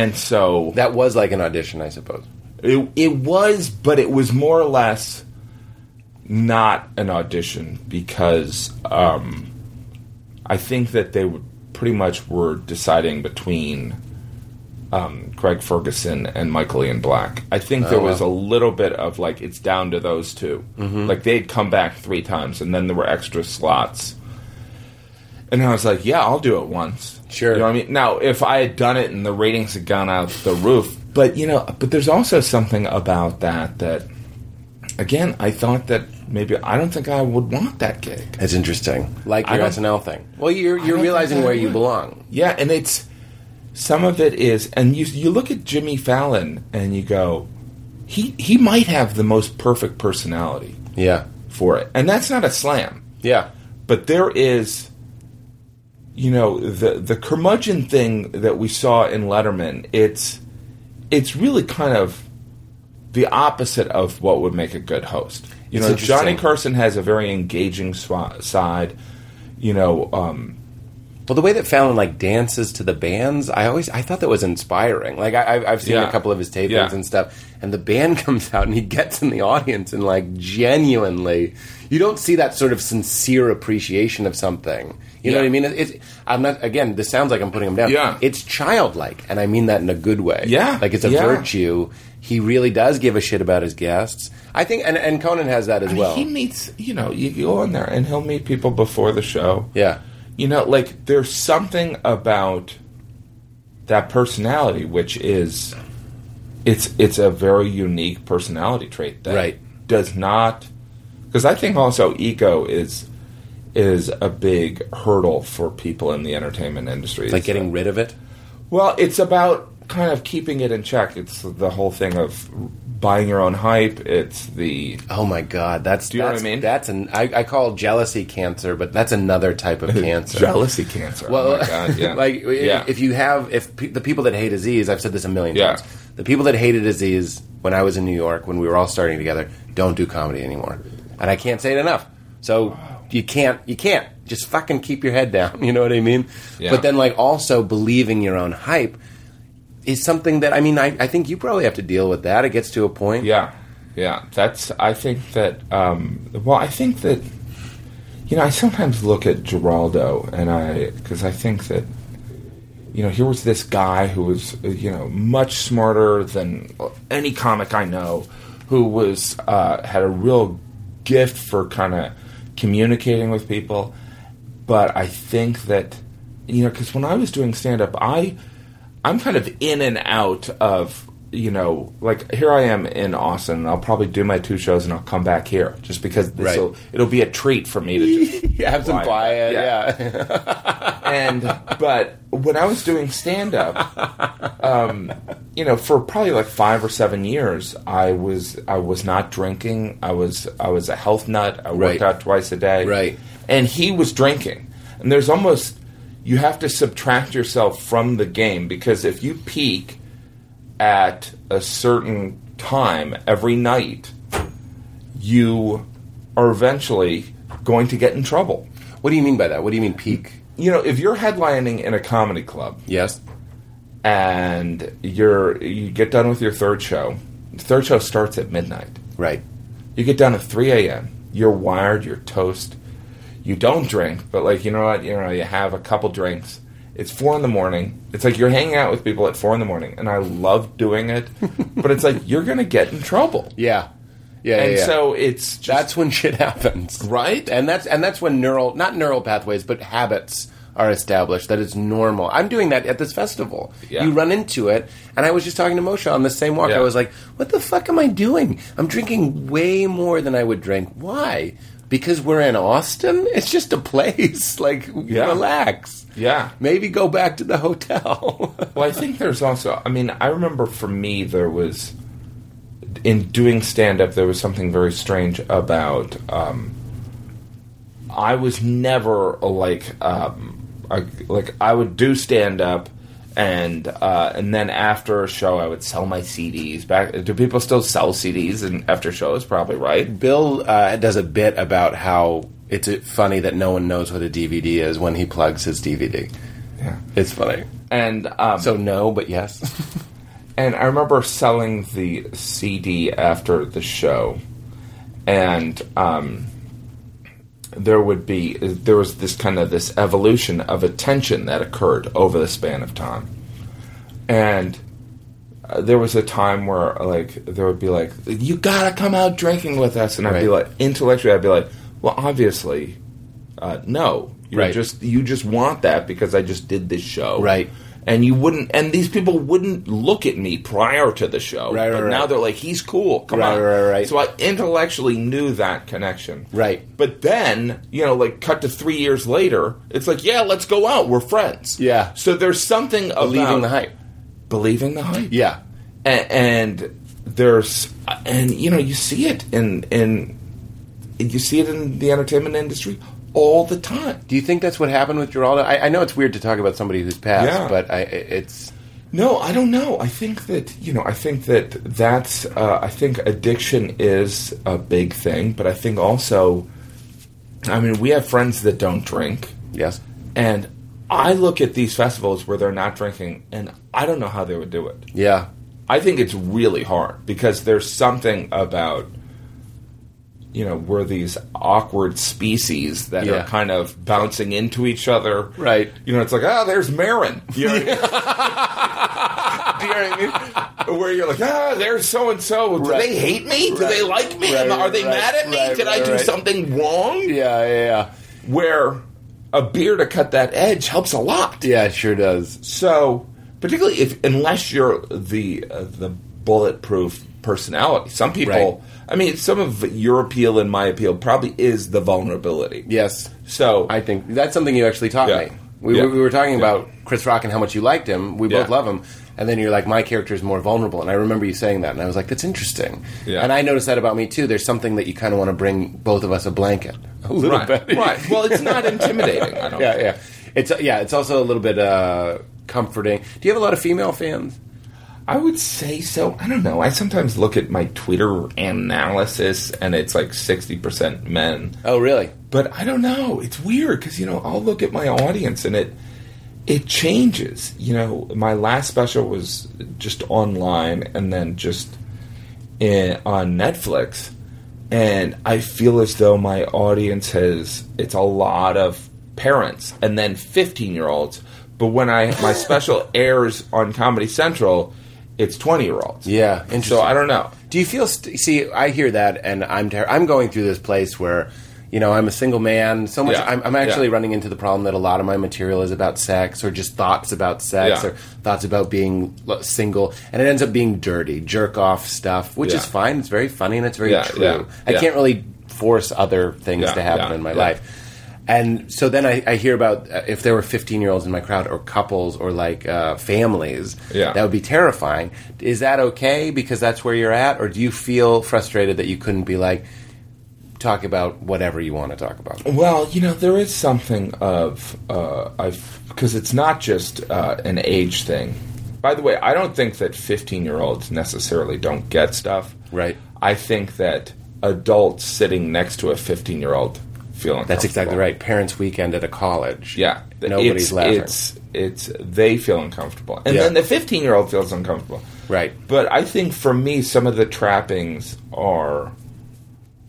Speaker 4: And so
Speaker 7: that was like an audition, I suppose.
Speaker 4: it, it was, but it was more or less not an audition because um, I think that they would pretty much were deciding between um, Craig Ferguson and Michael Ian Black. I think there was a little bit of like it's down to those 2 Like they'd come back three times, and then there were extra slots. And I was like, yeah, I'll do it once.
Speaker 7: Sure.
Speaker 4: You know what I mean? Now, if I had done it and the ratings had gone out the roof, but you know, but there's also something about that that, again, I thought that maybe I don't think I would want that gig.
Speaker 7: That's interesting. Like
Speaker 4: I
Speaker 7: your
Speaker 4: don't-
Speaker 7: SNL thing. Well, you're
Speaker 4: don't
Speaker 7: you're
Speaker 4: think
Speaker 7: realizing
Speaker 4: I
Speaker 7: where you
Speaker 4: would.
Speaker 7: belong.
Speaker 4: Yeah, and it's some of it is, and you you look at Jimmy Fallon and you go, he he might have the most perfect personality
Speaker 7: Yeah,
Speaker 4: for it, and that's not a slam.
Speaker 7: yeah,
Speaker 4: but there is you know the the curmudgeon thing that we saw in Letterman it's it's really kind of the opposite of what would make a good host you
Speaker 7: It's
Speaker 4: know
Speaker 7: interesting.
Speaker 4: Johnny Carson has a very engaging swa- side you know um
Speaker 7: Well, the way that Fallon like dances to the bands, I always I thought that was inspiring. Like I, I've- I've seen
Speaker 4: Yeah.
Speaker 7: a couple of his tapings
Speaker 4: Yeah.
Speaker 7: and stuff, and the band comes out and he gets in the audience and like genuinely, you don't see that sort of sincere appreciation of something. You know
Speaker 4: Yeah.
Speaker 7: what I mean? It- It's I'm not again. This sounds like I'm putting him down.
Speaker 4: Yeah.
Speaker 7: it's childlike, and I mean that in a good way.
Speaker 4: Yeah.
Speaker 7: like it's a
Speaker 4: Yeah.
Speaker 7: virtue. He really does give a shit about his guests. I think, and, and Conan has that as well.
Speaker 4: he meets you know you go on there and he'll meet people before the show
Speaker 7: yeah,
Speaker 4: you know like there's something about that personality which is it's it's a very unique personality trait that
Speaker 7: Right.
Speaker 4: does not because i think also ego is is a big hurdle for people in the entertainment industry
Speaker 7: like getting rid of it.
Speaker 4: well it's about kind of keeping it in check it's the whole thing of buying your own hype it's the
Speaker 7: Oh my God, that's
Speaker 4: you know
Speaker 7: that's,
Speaker 4: what I mean?
Speaker 7: That's an I, I call jealousy cancer, but that's another type of cancer.
Speaker 4: jealousy cancer
Speaker 7: Well,
Speaker 4: oh my God, yeah.
Speaker 7: like i-
Speaker 4: yeah.
Speaker 7: if you have if pe- the people that hate disease, I've said this a million
Speaker 4: Yeah.
Speaker 7: times. The people that hated disease when I was in New York when we were all starting together don't do comedy anymore, and I can't say it enough. So you can't you can't just fucking keep your head down. You know what I mean?
Speaker 4: Yeah.
Speaker 7: But then, like, also believing your own hype is something that I mean, I, I think you probably have to deal with that. It gets to a point.
Speaker 4: Yeah, yeah. That's. I think that. Um, well, I think that. You know, I sometimes look at Geraldo, and I because I think that. You know, here was this guy who was, uh, you know, much smarter than any comic I know, who was uh, had a real gift for kind of communicating with people. But I think that, you know, because when I was doing stand up, I I'm kind of in and out of you know like here I am in Austin and I'll probably do my two shows and I'll come back here just because this will
Speaker 7: Right.
Speaker 4: it'll be a treat for me to just
Speaker 7: Have some
Speaker 4: Right.
Speaker 7: buy-in.
Speaker 4: Yeah.
Speaker 7: yeah.
Speaker 4: and but when I was doing stand up, um, you know, for probably like five or seven years, I was I was not drinking. I was I was a health nut. I worked
Speaker 7: Right.
Speaker 4: out twice a day.
Speaker 7: Right.
Speaker 4: and he was drinking. And there's almost you have to subtract yourself from the game because if you peak at a certain time every night, you are eventually going to get in trouble
Speaker 7: What do you mean by that? What do you mean peak?
Speaker 4: you know, if you're headlining in a comedy club
Speaker 7: Yes.
Speaker 4: and you're you get done with your third show, the third show starts at midnight.
Speaker 7: Right.
Speaker 4: You get done at three a.m. You're wired. You're toast. You don't drink, but like you know what? You know you have a couple drinks. It's four in the morning. It's like you're hanging out with people at four in the morning, and I love doing it. but it's like you're gonna get in trouble,
Speaker 7: Yeah. Yeah.
Speaker 4: and
Speaker 7: yeah, yeah.
Speaker 4: so it's just,
Speaker 7: that's when shit happens,
Speaker 4: Right?
Speaker 7: And that's and that's when neural, not neural pathways, but habits are established. That it's normal. I'm doing that at this festival.
Speaker 4: Yeah.
Speaker 7: You run into it, and I was just talking to Moshe on the same walk.
Speaker 4: Yeah.
Speaker 7: I was like, "What the fuck am I doing? I'm drinking way more than I would drink. Why? Because we're in Austin. It's just a place. Like,
Speaker 4: Yeah.
Speaker 7: relax.
Speaker 4: yeah.
Speaker 7: Maybe go back to the hotel.
Speaker 4: Well, I think there's also, I mean, I remember for me, there was, in doing stand up, there was something very strange about, um, I was never uh, like, um, I, like I would do stand up. And uh, and then after a show, I would sell my CDs back. Do people still sell CDs and after shows? Probably right.
Speaker 7: Bill uh, does a bit about how it's uh, funny that no one knows what a DVD is when he plugs his DVD.
Speaker 4: Yeah.
Speaker 7: It's funny.
Speaker 4: And um,
Speaker 7: So no, but yes.
Speaker 4: And I remember selling the CD after the show, and um, there would be there was this kind of this evolution of attention that occurred over the span of time, and uh, there was a time where like there would be like you gotta come out drinking with us, and I'd be like
Speaker 7: Right.
Speaker 4: intellectually I'd be like, well obviously, uh, no, you
Speaker 7: Right.
Speaker 4: just you just want that because I just did this show,
Speaker 7: Right.
Speaker 4: and you wouldn't, and these people wouldn't look at me prior to the show.
Speaker 7: Right, right,
Speaker 4: but Now
Speaker 7: right.
Speaker 4: they're like, he's cool. Come
Speaker 7: Right,
Speaker 4: on.
Speaker 7: right, right.
Speaker 4: So I intellectually knew that connection.
Speaker 7: Right.
Speaker 4: But then, you know, like cut to three years later, it's like, yeah, let's go out. We're friends.
Speaker 7: Yeah.
Speaker 4: So there's something
Speaker 7: Believing
Speaker 4: about
Speaker 7: the hype.
Speaker 4: Believing the hype
Speaker 7: Yeah.
Speaker 4: and, and there's and you know you see it in in you see it in the entertainment industry all the time.
Speaker 7: Do you think that's what happened with Geraldo? I, I know it's weird to talk about somebody who's passed,
Speaker 4: Yeah.
Speaker 7: but I, it's
Speaker 4: No, I don't know. I think that you know. I think that that's. Uh, I think addiction is a big thing, but I think also, I mean, we have friends that don't drink,
Speaker 7: yes.
Speaker 4: and I look at these festivals where they're not drinking, and I don't know how they would do it.
Speaker 7: Yeah.
Speaker 4: I think it's really hard because there's something about you know we're these awkward species that
Speaker 7: Yeah.
Speaker 4: are kind of bouncing into each other,
Speaker 7: Right.
Speaker 4: You know, it's like ah, there's Marin. You know what I mean? Do you know what I mean? Where you're like, ah, there's so and so. Do
Speaker 7: Right.
Speaker 4: they hate me? Do they like me?
Speaker 7: Right,
Speaker 4: Am- Are they
Speaker 7: right,
Speaker 4: mad at me?
Speaker 7: right,
Speaker 4: Did I
Speaker 7: right,
Speaker 4: do
Speaker 7: right.
Speaker 4: something wrong?
Speaker 7: Yeah. Yeah. Yeah.
Speaker 4: Where a beer to cut that edge helps a lot.
Speaker 7: Yeah. It sure does.
Speaker 4: So, particularly if unless you're the uh, the bulletproof personality, some people. I mean, some of your appeal and my appeal probably is the vulnerability.
Speaker 7: Yes.
Speaker 4: So
Speaker 7: I think that's something you actually taught
Speaker 4: Yeah.
Speaker 7: me. We,
Speaker 4: Yeah.
Speaker 7: we were talking
Speaker 4: Yeah.
Speaker 7: about Chris Rock and how much you liked him. We both
Speaker 4: Yeah.
Speaker 7: love him. And then you're like, my character is more vulnerable. And I remember you saying that. And I was like, that's interesting.
Speaker 4: Yeah.
Speaker 7: And I noticed that about me, too. There's something that you kind of want to bring both of us a blanket. A little
Speaker 4: right,
Speaker 7: bit.
Speaker 4: right. Well, it's not intimidating. I don't.
Speaker 7: yeah,
Speaker 4: think.
Speaker 7: yeah. It's yeah. It's also a little bit uh, comforting. Do you have a lot of female fans?
Speaker 4: I would say so. I don't know. I sometimes look at my Twitter analysis, and it's like sixty percent men.
Speaker 7: Oh, really?
Speaker 4: But I don't know. It's weird because you know I'll look at my audience and it it changes. You know, my last special was just online and then just in, on Netflix, and I feel as though my audience has it's a lot of parents and then 15 year olds. But when I my special airs on Comedy Central, it's 20 year olds.
Speaker 7: Yeah,
Speaker 4: and so
Speaker 7: interesting.
Speaker 4: I don't know.
Speaker 7: Do you feel? St- see, I hear that, and I'm ter- I'm going through this place where, you know, I'm a single man. So much.
Speaker 4: Yeah.
Speaker 7: I'm, I'm actually
Speaker 4: Yeah.
Speaker 7: running into the problem that a lot of my material is about sex, or just thoughts about sex,
Speaker 4: Yeah.
Speaker 7: or thoughts about being l- single, and it ends up being dirty, jerk off stuff, which
Speaker 4: Yeah.
Speaker 7: is fine. It's very funny and it's very
Speaker 4: Yeah,
Speaker 7: true.
Speaker 4: yeah,
Speaker 7: I
Speaker 4: yeah.
Speaker 7: can't really force other things
Speaker 4: Yeah,
Speaker 7: to happen
Speaker 4: yeah,
Speaker 7: in my
Speaker 4: yeah.
Speaker 7: life. And so then I, I hear about uh, if there were 15 year olds in my crowd, or couples, or like uh, families,
Speaker 4: Yeah.
Speaker 7: that would be terrifying. Is that okay because that's where you're at, or do you feel frustrated that you couldn't be like talk about whatever you want to talk about?
Speaker 4: Well, you know, there is something of uh, I've because it's not just uh, an age thing. By the way, I don't think that fifteen-year-olds necessarily don't get stuff.
Speaker 7: Right.
Speaker 4: I think that adults sitting next to a fifteen-year-old feeling
Speaker 7: That's exactly right. Parents' weekend at a college.
Speaker 4: Yeah,
Speaker 7: that nobody's
Speaker 4: it's,
Speaker 7: laughing.
Speaker 4: It's it's they feel uncomfortable, and
Speaker 7: Yeah.
Speaker 4: then the fifteen-year-old feels uncomfortable.
Speaker 7: Right.
Speaker 4: But I think for me, some of the trappings are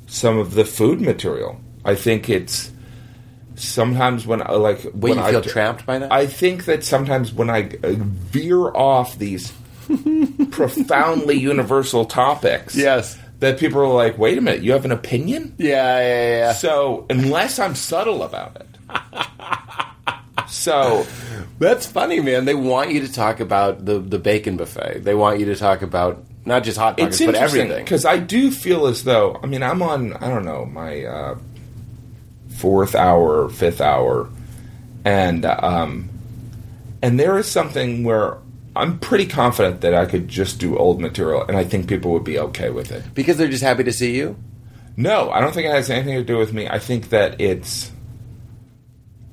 Speaker 4: some of the food material. I think it's sometimes when I like
Speaker 7: Wait,
Speaker 4: when
Speaker 7: you
Speaker 4: I
Speaker 7: feel trapped by that?
Speaker 4: I think that sometimes when I uh, veer off these profoundly universal topics,
Speaker 7: Yes.
Speaker 4: that people are like, "Wait a minute, you have an opinion?"
Speaker 7: yeah, yeah, yeah.
Speaker 4: So unless I'm subtle about it, so
Speaker 7: That's funny, man. They want you to talk about the the bacon buffet. They want you to talk about not just hot
Speaker 4: it's
Speaker 7: pockets, but
Speaker 4: interesting
Speaker 7: everything.
Speaker 4: because I do feel as though I mean I'm on I don't know my uh, fourth hour, fifth hour, and um, and there is something where I'm pretty confident that I could just do old material, and I think people would be okay with it.
Speaker 7: Because they're just happy to see you.
Speaker 4: No, I don't think it has anything to do with me. I think that it's.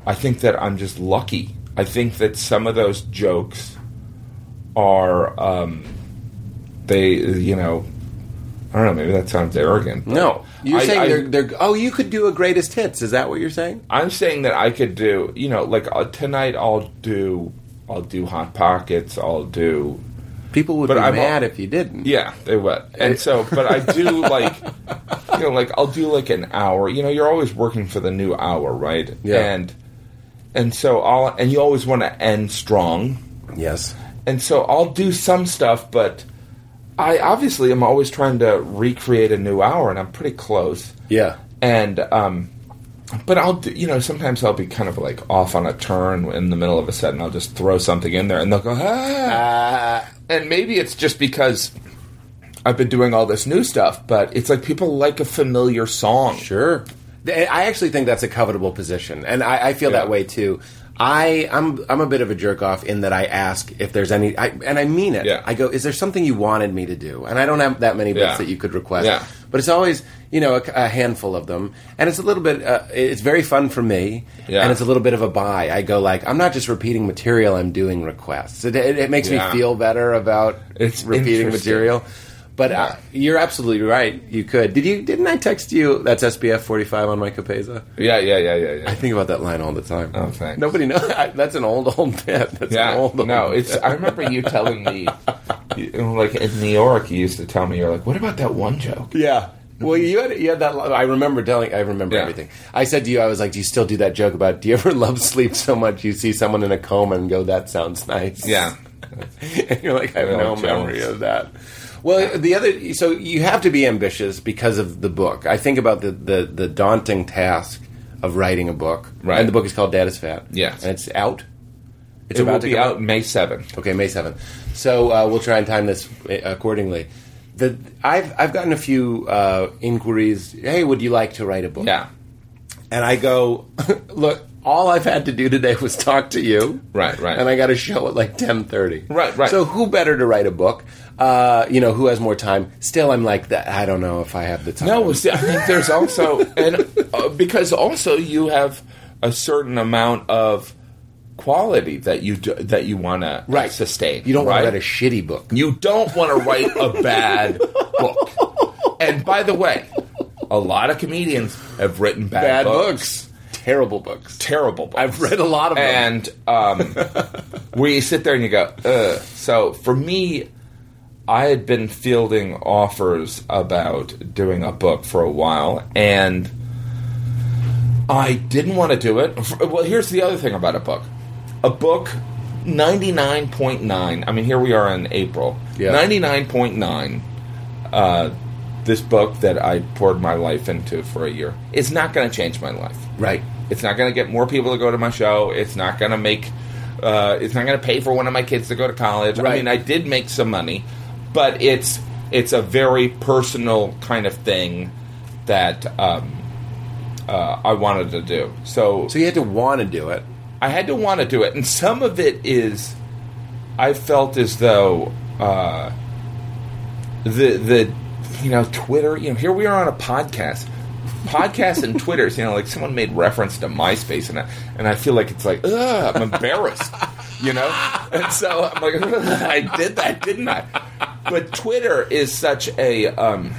Speaker 4: I think that I'm just lucky. I think that some of those jokes are, um, they, you know, I don't know. Maybe that sounds arrogant. but
Speaker 7: No, you're
Speaker 4: I-
Speaker 7: saying
Speaker 4: I-
Speaker 7: they're, they're. Oh, you could do a greatest hits. Is that what you're saying?
Speaker 4: I'm saying that I could do, you know, like uh, tonight I'll do, I'll do hot pockets. I'll do,
Speaker 7: People would
Speaker 4: But
Speaker 7: be
Speaker 4: I'm al-
Speaker 7: mad if you didn't.
Speaker 4: yeah, they would. And so, but I do like, you know, like I'll do like an hour. You know, you're always working for the new hour, right?
Speaker 7: Yeah.
Speaker 4: And and so I'll and you always want to end strong.
Speaker 7: Yes.
Speaker 4: And so I'll do some stuff, but I obviously am always trying to recreate a new hour, and I'm pretty close.
Speaker 7: Yeah.
Speaker 4: And um, but I'll do, you know sometimes I'll be kind of like off on a turn in the middle of a set, and I'll just throw something in there, and they'll go ah
Speaker 7: Uh,
Speaker 4: and maybe it's just because I've been doing all this new stuff, but it's like people like a familiar song.
Speaker 7: sure. Th- I actually think that's a covetable position, and I, I feel
Speaker 4: Yeah.
Speaker 7: that way too. I, I'm I'm a bit of a jerk off in that I ask if there's any, I, and I mean it.
Speaker 4: Yeah.
Speaker 7: I go, is there something you wanted me to do? And I don't have that many bits
Speaker 4: Yeah.
Speaker 7: that you could request.
Speaker 4: Yeah.
Speaker 7: but it's always you know a, a handful of them and it's a little bit uh, it's very fun for me
Speaker 4: Yeah.
Speaker 7: and it's a little bit of a buy i go like i'm not just repeating material i'm doing requests it, it, it makes
Speaker 4: Yeah.
Speaker 7: me feel better about
Speaker 4: It's
Speaker 7: repeating
Speaker 4: interesting.
Speaker 7: material but uh,
Speaker 4: Yeah.
Speaker 7: you're absolutely right you could did you didn't i text you that's spf 45 on my capesa
Speaker 4: Yeah, yeah, yeah, yeah, yeah.
Speaker 7: i think about that line all the time
Speaker 4: Oh, thanks.
Speaker 7: nobody knows I, that's an old old bit that's
Speaker 4: yeah,
Speaker 7: an old, old
Speaker 4: no,
Speaker 7: bit.
Speaker 4: it's. I remember you telling me, you, like in New York, you used to tell me, you're like, "What about that one joke?"
Speaker 7: Yeah. Well, you had, you had that. lo- I remember telling. I remember
Speaker 4: Mm-hmm. Yeah.
Speaker 7: everything. I said to you, I was like, "Do you still do that joke about? Do you ever love sleep so much you see someone in a coma and go, that sounds nice?"
Speaker 4: Yeah,
Speaker 7: and you're like, I have
Speaker 4: Yeah,
Speaker 7: no
Speaker 4: I'm
Speaker 7: memory
Speaker 4: jealous.
Speaker 7: of that. Well, the other. So you have to be ambitious because of the book. I think about the the, the daunting task of writing a book.
Speaker 4: Right.
Speaker 7: And the book is called Dad is Fat.
Speaker 4: Yes.
Speaker 7: And it's out. It's
Speaker 4: it will
Speaker 7: to
Speaker 4: be
Speaker 7: come
Speaker 4: out May seventh.
Speaker 7: Okay, May seventh. So uh, we'll try and time this uh, accordingly. The I've I've gotten a few uh, inquiries. Hey, would you like to write a book?
Speaker 4: Yeah,
Speaker 7: And I go, look, all I've had to do today was talk to you.
Speaker 4: Right, right.
Speaker 7: And I got a show at like ten thirty.
Speaker 4: Right, right.
Speaker 7: So who better to write a book? Uh, you know, who has more time? Still, I'm like that. I don't know if I have the time.
Speaker 4: No, it's- I think there's also and uh, because also you have a certain amount of quality that you do, that you want to
Speaker 7: Right.
Speaker 4: sustain.
Speaker 7: you don't
Speaker 4: right?
Speaker 7: want to write a shitty book.
Speaker 4: You don't want to write a bad book. And by the way, a lot of comedians have written bad,
Speaker 7: Bad
Speaker 4: books.
Speaker 7: books. Terrible books.
Speaker 4: terrible books.
Speaker 7: I've read a lot of them.
Speaker 4: and um, where you sit there and you go, Ugh. so for me, I had been fielding offers about doing a book for a while, and I didn't want to do it. Well, here's the other thing about a book: a book, ninety nine point nine. I mean, here we are in April.
Speaker 7: Yeah.
Speaker 4: Ninety nine point nine. Uh, this book that I poured my life into for a year is not going to change my life.
Speaker 7: right.
Speaker 4: It's not going to get more people to go to my show. It's not going to make. Uh, it's not going to pay for one of my kids to go to college. I
Speaker 7: Right.
Speaker 4: mean, I did make some money, but it's it's a very personal kind of thing that um, uh, I wanted to do. So,
Speaker 8: So you had to want to do it.
Speaker 4: I had to want to do it, and some of it is I felt as though uh, the the you know Twitter. You know, here we are on a podcast. Podcasts and Twitters, you know, like someone made reference to MySpace, and I, and I feel like it's like, ugh, I'm embarrassed, you know. And so I'm like, "Ugh, I did that, didn't I? But Twitter is such a um,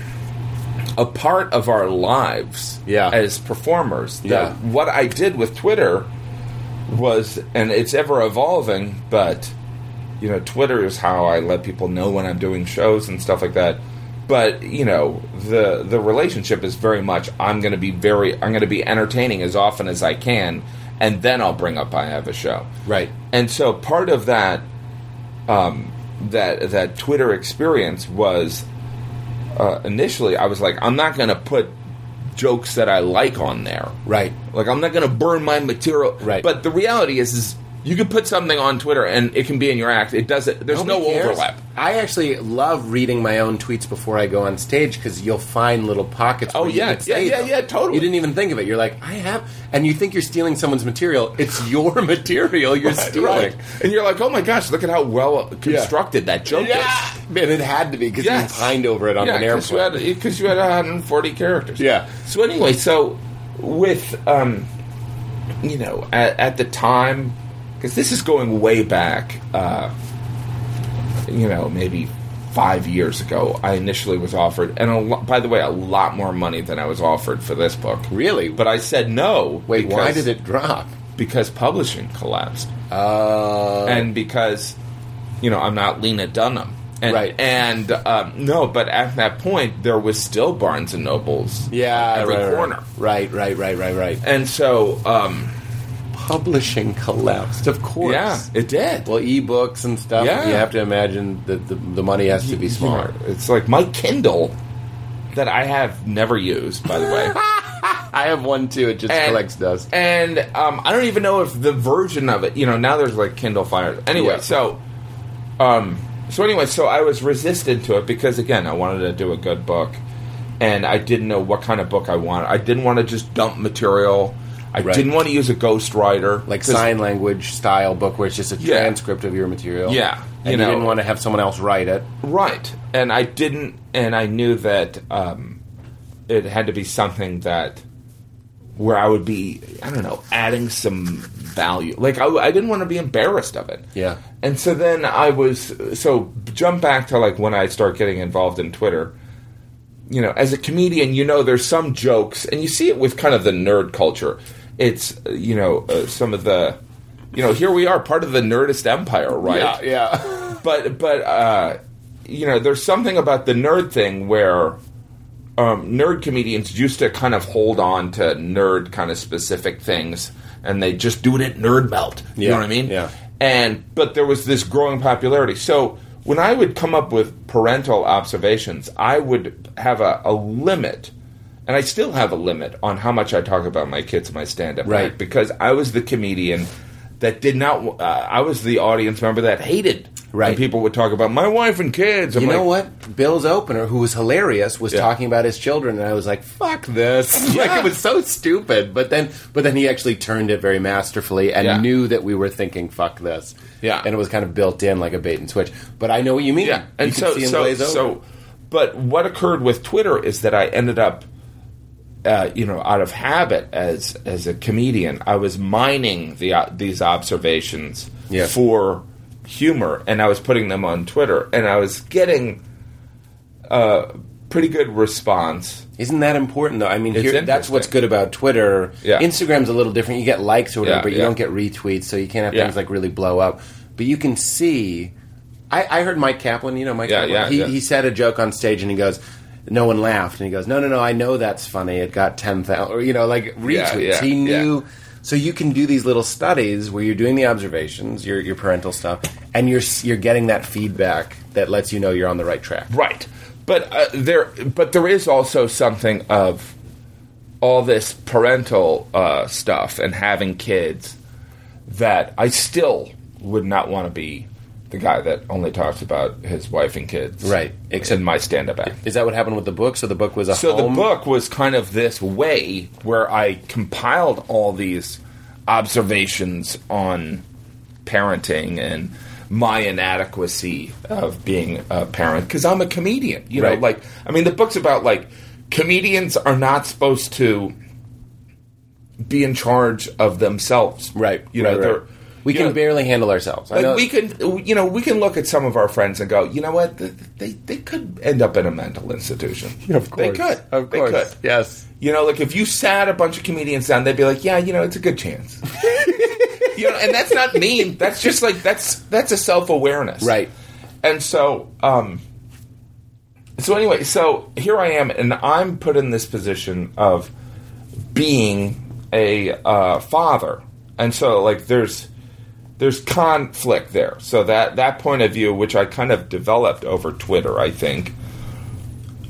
Speaker 4: a part of our lives
Speaker 7: Yeah.
Speaker 4: as performers. that
Speaker 7: Yeah.
Speaker 4: What I did with Twitter was, and it's ever evolving, but you know, Twitter is how I let people know when I'm doing shows and stuff like that. But you know, the the relationship is very much I'm going to be very I'm going to be entertaining as often as I can, and then I'll bring up I have a show.
Speaker 7: Right.
Speaker 4: And so part of that um, that that Twitter experience was uh, initially I was like I'm not going to put jokes that I like on there.
Speaker 7: Right.
Speaker 4: Like I'm not going to burn my material.
Speaker 7: Right.
Speaker 4: But the reality is, is you can put something on Twitter and it can be in your act. It doesn't. There's no
Speaker 7: Nobody cares.
Speaker 4: overlap.
Speaker 7: I actually love reading my own tweets before I go on stage because you'll find little pockets.
Speaker 4: Oh,
Speaker 7: where you
Speaker 4: yeah,
Speaker 7: can say
Speaker 4: yeah, yeah,
Speaker 7: them.
Speaker 4: yeah, totally.
Speaker 7: You didn't even think of it. You're like, I have, and you think you're stealing someone's material. It's your material you're stealing.
Speaker 4: Right. And you're like, oh my gosh, look at how well constructed that joke
Speaker 7: Yeah,
Speaker 4: is.
Speaker 7: and it had to be because
Speaker 4: Yes.
Speaker 7: you pined over it on
Speaker 4: yeah,
Speaker 7: an
Speaker 4: because you,
Speaker 7: airplane.
Speaker 4: had, 'cause you had 140 characters.
Speaker 7: Yeah.
Speaker 4: So anyway, so with um, you know, at, at the time, because this is going way back, uh, you know, maybe five years ago, I initially was offered, and a lo- by the way, a lot more money than I was offered for this book.
Speaker 7: Really?
Speaker 4: But I said no.
Speaker 7: Wait, why
Speaker 4: because-
Speaker 7: did it drop?
Speaker 4: Because publishing collapsed
Speaker 7: Uh,
Speaker 4: and because you know I'm not Lena Dunham, and,
Speaker 7: Right.
Speaker 4: And um, no, but at that point there was still Barnes and Nobles,
Speaker 7: yeah,
Speaker 4: every
Speaker 7: right, right,
Speaker 4: corner,
Speaker 7: Right, right, right, right, right.
Speaker 4: and so um,
Speaker 7: Publishing collapsed, of course.
Speaker 4: yeah, it did.
Speaker 7: well, ebooks and stuff.
Speaker 4: Yeah.
Speaker 7: You have to imagine that the, the money has to be
Speaker 4: You know,
Speaker 7: smart.
Speaker 4: it's like my Kindle that I have never used, by the way.
Speaker 7: I have one too. It just
Speaker 4: And-
Speaker 7: collects dust.
Speaker 4: And um, I don't even know if the version of it, you know, now there's like Kindle Fire. Anyway,
Speaker 7: Yeah.
Speaker 4: so um, so anyway, so I was resistant to it because again, I wanted to do a good book, and I didn't know what kind of book I wanted. I didn't want to just dump material. I
Speaker 7: Right.
Speaker 4: didn't want to use a ghostwriter,
Speaker 7: like
Speaker 4: 'cause-
Speaker 7: sign language style book where it's just a
Speaker 4: Yeah.
Speaker 7: transcript of your material.
Speaker 4: Yeah,
Speaker 7: and you,
Speaker 4: you know.
Speaker 7: didn't want to have someone else write it.
Speaker 4: right? And I didn't, and I knew that um, it had to be something that where I would be, I don't know, adding some value. Like I, I didn't want to be embarrassed of it.
Speaker 7: Yeah.
Speaker 4: And so then I was so jump back to like when I start getting involved in Twitter. You know, as a comedian, you know there's some jokes, and you see it with kind of the nerd culture. It's uh, you know uh, some of the, you know, here we are part of the nerdist empire, right?
Speaker 7: yeah,
Speaker 4: but but uh, you know, there's something about the nerd thing where um, nerd comedians used to kind of hold on to nerd kind of specific things, and they just do it at Nerd Melt. You
Speaker 7: Yeah,
Speaker 4: know what I mean?
Speaker 7: yeah.
Speaker 4: And but there was this growing popularity. So when I would come up with parental observations, I would have a, a limit. And I still have a limit on how much I talk about my kids in my stand-up
Speaker 7: Right.
Speaker 4: act, because I was the comedian that did not. Uh, I was the audience member that hated
Speaker 7: Right.
Speaker 4: when people would talk about my wife and kids. I'm
Speaker 7: You
Speaker 4: like,
Speaker 7: know what? Bill's opener, who was hilarious, was
Speaker 4: Yeah.
Speaker 7: talking about his children, and I was like, "Fuck this!" like it was so stupid. But then, but then he actually turned it very masterfully and
Speaker 4: Yeah.
Speaker 7: knew that we were thinking "fuck this."
Speaker 4: Yeah.
Speaker 7: and it was kind of built in like a bait and switch. But I know what you mean.
Speaker 4: Yeah, and
Speaker 7: you
Speaker 4: so
Speaker 7: can see him
Speaker 4: so
Speaker 7: glaze over.
Speaker 4: so. But what occurred with Twitter is that I ended up, uh, you know, out of habit as as a comedian, I was mining the uh, these observations
Speaker 7: Yeah.
Speaker 4: for humor, and I was putting them on Twitter, and I was getting uh, pretty good response.
Speaker 7: Isn't that important though? I mean,
Speaker 4: It's
Speaker 7: here, that's
Speaker 4: interesting.
Speaker 7: what's good about Twitter.
Speaker 4: Yeah.
Speaker 7: Instagram's a little different. You get likes or whatever,
Speaker 4: Yeah,
Speaker 7: but you
Speaker 4: yeah.
Speaker 7: don't get retweets, so you can't have
Speaker 4: Yeah.
Speaker 7: things like really blow up. But you can see. I, I heard Mike Kaplan. You know Mike.
Speaker 4: Yeah,
Speaker 7: Kaplan?
Speaker 4: yeah,
Speaker 7: he,
Speaker 4: yeah.
Speaker 7: he said a joke on stage, and he goes. No one laughed, and he goes, "No, no, no! I know that's funny. It got ten thousand, or you know, like retweets."
Speaker 4: yeah,
Speaker 7: he
Speaker 4: yeah.
Speaker 7: knew. So you can do these little studies where you're doing the observations, your your parental stuff, and you're s- you're getting that feedback that lets you know you're on the right track.
Speaker 4: Right. But uh, there, but there is also something of all this parental uh, stuff and having kids that I still would not want to be the guy that only talks about his wife and kids.
Speaker 7: Right.
Speaker 4: Except my stand-up act.
Speaker 7: Is that what happened with the book? So the book was a
Speaker 4: So
Speaker 7: home-
Speaker 4: the book was kind of this way where I compiled all these observations on parenting and my inadequacy of being a parent because I'm a comedian. You
Speaker 7: Right.
Speaker 4: know, like I mean, the book's about like comedians are not supposed to be in charge of themselves,
Speaker 7: Right.
Speaker 4: You know,
Speaker 7: right, right.
Speaker 4: they're
Speaker 7: we
Speaker 4: you
Speaker 7: can
Speaker 4: know,
Speaker 7: barely handle ourselves. I
Speaker 4: like
Speaker 7: know.
Speaker 4: we can, you know, we can look at some of our friends and go, you know what, Th- they they could end up in a mental institution.
Speaker 7: of
Speaker 4: they
Speaker 7: course.
Speaker 4: could,
Speaker 7: Of
Speaker 4: They
Speaker 7: course.
Speaker 4: could.
Speaker 7: Yes.
Speaker 4: You know, like if you sat a bunch of comedians down, they'd be like, yeah, you know, it's a good chance. you know, and that's not mean. That's just like that's that's a self awareness,
Speaker 7: Right.
Speaker 4: And so, um, so anyway, so here I am, and I'm put in this position of being a uh, father, and so like there's there's conflict there. So that that point of view, which I kind of developed over Twitter, I think.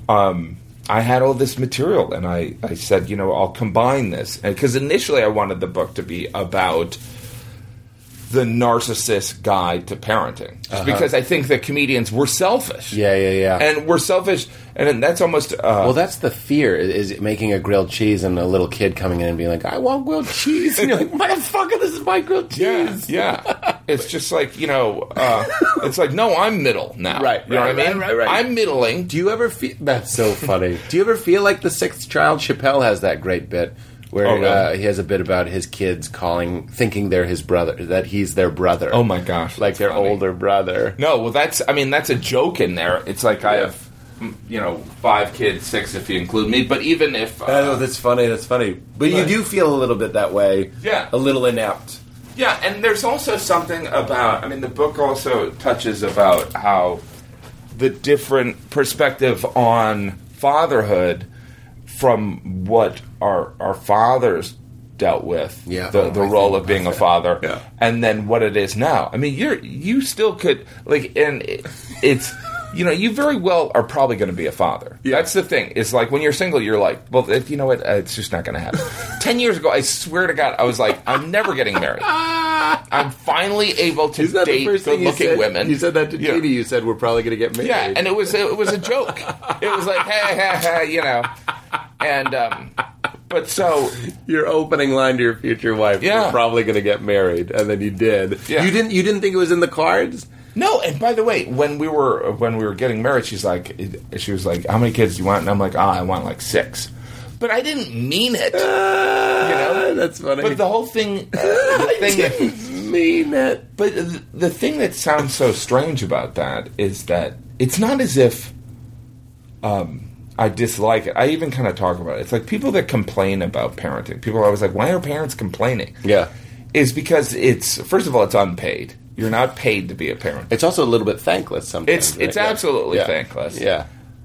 Speaker 4: Um, I had all this material, and I I said, you know, I'll combine this because initially I wanted the book to be about the narcissist guide to parenting, just because I think that comedians were selfish.
Speaker 7: Yeah, yeah, yeah.
Speaker 4: And we're selfish, and that's almost uh,
Speaker 7: well, that's the fear is is making a grilled cheese and a little kid coming in and being like, "I want grilled cheese," and you're like, "Motherfucker, this is my grilled cheese."
Speaker 4: Yeah, yeah. It's just like you know, uh, it's like no, I'm middle now.
Speaker 7: Right,
Speaker 4: you know
Speaker 7: right,
Speaker 4: what I mean?
Speaker 7: right, right, right.
Speaker 4: I'm middling.
Speaker 7: Do you ever feel that's so funny? Do you ever feel like the sixth child? Chappelle has that great bit where
Speaker 4: Oh, really?
Speaker 7: uh, he has a bit about his kids calling, thinking they're his brother, that he's their brother.
Speaker 4: Oh my gosh,
Speaker 7: like
Speaker 4: that's
Speaker 7: their
Speaker 4: funny.
Speaker 7: older brother.
Speaker 4: No, well, that's I mean that's a joke in there. It's like I
Speaker 7: Yeah.
Speaker 4: have, mm, you know, five kids, six if you include me. But even if uh,
Speaker 7: Oh, that's funny. That's funny. But you
Speaker 4: Right.
Speaker 7: do feel a little bit that way.
Speaker 4: Yeah.
Speaker 7: A little inept.
Speaker 4: Yeah, and there's also something about. I mean, the book also touches about how the different perspective on fatherhood from what our our fathers dealt with.
Speaker 7: Yeah.
Speaker 4: the, the
Speaker 7: Oh, I
Speaker 4: role
Speaker 7: think
Speaker 4: of being a father.
Speaker 7: Yeah.
Speaker 4: and then what it is now. I mean, you're you still could like, and it, it's. You know, you very well are probably going to be a father. That's the thing. Is like when you're single, you're like, well, if, you know what? uh, It's just not going to happen. Ten years ago, I swear to God, I was like, I'm never getting married. I'm finally able to
Speaker 7: Is that
Speaker 4: date
Speaker 7: the first thing you
Speaker 4: good-looking
Speaker 7: said?
Speaker 4: women.
Speaker 7: You said that to
Speaker 4: Yeah.
Speaker 7: Katie. You said we're probably going to get married.
Speaker 4: Yeah, and it was it was a joke. it was like, hey, hey, hey, you know, and um, but so
Speaker 7: your opening line to your future wife.
Speaker 4: Yeah.
Speaker 7: we're probably going to get married, and then you did.
Speaker 4: Yeah.
Speaker 7: You didn't. You didn't think it was in the cards.
Speaker 4: no. And by the way, when we were when we were getting married, she's like, she was like, how many kids do you want? And I'm like, ah, I want like six. But I didn't mean it.
Speaker 7: Uh, You
Speaker 4: know?
Speaker 7: Ah, that's funny.
Speaker 4: But the whole thing, uh, the thing that-
Speaker 7: didn't mean it.
Speaker 4: But th- the thing that sounds so strange about that is that it's not as if um, I dislike it. I even kind of talk about it. It's like people that complain about parenting. People are always like, "Why are parents complaining?"
Speaker 7: Yeah.
Speaker 4: is because it's first of all, it's unpaid. You're not paid to be a parent.
Speaker 7: It's also a little bit thankless sometimes.
Speaker 4: It's
Speaker 7: right?
Speaker 4: it's
Speaker 7: Yeah.
Speaker 4: absolutely
Speaker 7: Yeah.
Speaker 4: thankless.
Speaker 7: Yeah.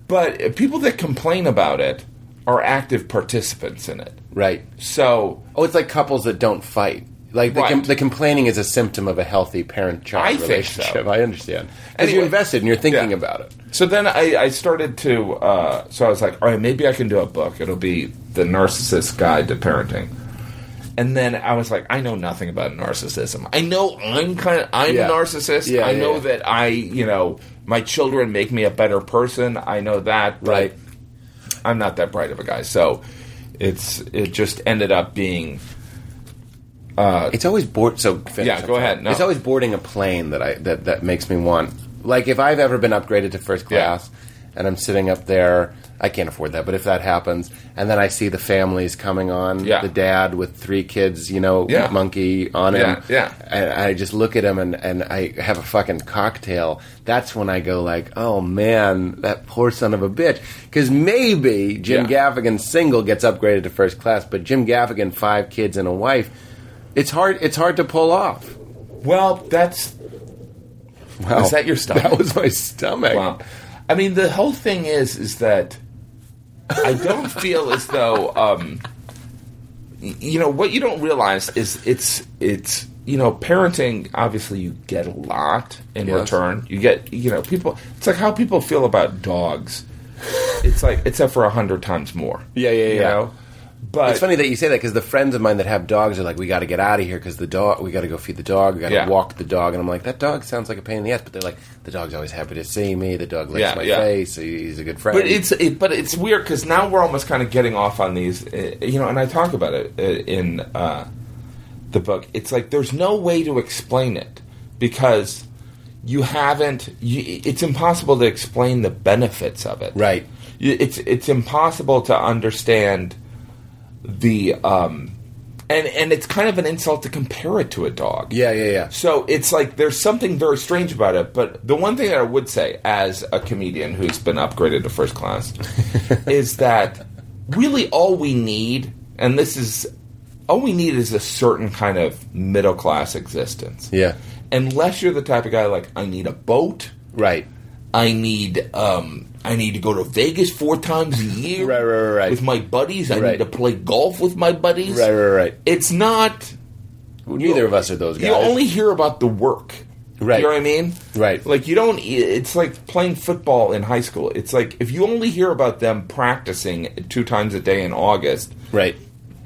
Speaker 4: but uh, people that complain about it are active participants in it.
Speaker 7: Right.
Speaker 4: So
Speaker 7: Oh, it's like couples that don't fight. Like the, com-
Speaker 4: Right.
Speaker 7: the complaining is a symptom of a healthy
Speaker 4: I
Speaker 7: parent-child
Speaker 4: think so.
Speaker 7: relationship. I understand. Because you're
Speaker 4: Anyway.
Speaker 7: invested and you're thinking
Speaker 4: Yeah.
Speaker 7: about it.
Speaker 4: So then I, I started to. Uh, so I was like, all right, maybe I can do a book. It'll be the Narcissist Guide to Parenting. And then I was like, I know nothing about narcissism. I know I'm kind of I'm
Speaker 7: Yeah.
Speaker 4: a narcissist.
Speaker 7: Yeah,
Speaker 4: I
Speaker 7: yeah,
Speaker 4: know
Speaker 7: yeah.
Speaker 4: that I, you know, my children make me a better person. I know that, but
Speaker 7: Right.
Speaker 4: I'm not that bright of a guy. So it's it just ended up being
Speaker 7: It's always board. So finish,
Speaker 4: Yeah,
Speaker 7: I'm
Speaker 4: go
Speaker 7: sorry.
Speaker 4: ahead, no.
Speaker 7: It's always boarding a plane that I that that makes me want. Like if I've ever been upgraded to first class, and I'm sitting up there I can't afford that, but if that happens, and then I see the families coming on,
Speaker 4: Yeah.
Speaker 7: the dad with three kids, you know,
Speaker 4: Yeah.
Speaker 7: monkey on him,
Speaker 4: Yeah, yeah.
Speaker 7: and I just look at him and, and I have a fucking cocktail. That's when I go like, oh man, that poor son of a bitch. Because maybe Jim
Speaker 4: Yeah.
Speaker 7: Gaffigan single gets upgraded to first class, but Jim Gaffigan five kids and a wife, it's hard. It's hard to pull off.
Speaker 4: Well, that's
Speaker 7: Wow.
Speaker 4: Is that your stomach?
Speaker 7: That was my stomach.
Speaker 4: Wow. I mean, the whole thing is is that I don't feel as though um, y- you know what you don't realize is it's it's you know parenting. Obviously, you get a lot in
Speaker 7: Yes.
Speaker 4: return. You get you know people. It's like how people feel about dogs. It's like except for a hundred times more.
Speaker 7: Yeah, yeah,
Speaker 4: You
Speaker 7: yeah.
Speaker 4: know? But
Speaker 7: It's funny that you say that because the friends of mine that have dogs are like, we got to get out of here because the dog, we got to go feed the dog, we got to
Speaker 4: Yeah.
Speaker 7: walk the dog, and I'm like, that dog sounds like a pain in the ass, but they're like, the dog's always happy to see me, the dog licks
Speaker 4: Yeah,
Speaker 7: my
Speaker 4: yeah.
Speaker 7: face, he- he's a good friend.
Speaker 4: But it's it, but it's weird because now we're almost kind of getting off on these, uh, you know. And I talk about it uh, in uh, the book. It's like there's no way to explain it because you haven't. You, it's impossible to explain the benefits of it.
Speaker 7: Right.
Speaker 4: You- It's it's impossible to understand the um, and and it's kind of an insult to compare it to a dog.
Speaker 7: yeah, yeah, yeah.
Speaker 4: So it's like there's something very strange about it. But the one thing that I would say, as a comedian who's been upgraded to first class, is that really all we need, and this is all we need, is a certain kind of middle class existence.
Speaker 7: Yeah.
Speaker 4: Unless you're the type of guy like I need a boat,
Speaker 7: Right.
Speaker 4: I need um I need to go to Vegas four times a year,
Speaker 7: Right, right, right, right.
Speaker 4: with my buddies. I
Speaker 7: Right.
Speaker 4: need to play golf with my buddies,
Speaker 7: Right, right, right.
Speaker 4: It's not
Speaker 7: Neither of us are those guys.
Speaker 4: you only hear about the work.
Speaker 7: Right.
Speaker 4: You know what I mean?
Speaker 7: Right.
Speaker 4: Like you don't. e, It's like playing football in high school. It's like if you only hear about them practicing two times a day in August,
Speaker 7: Right.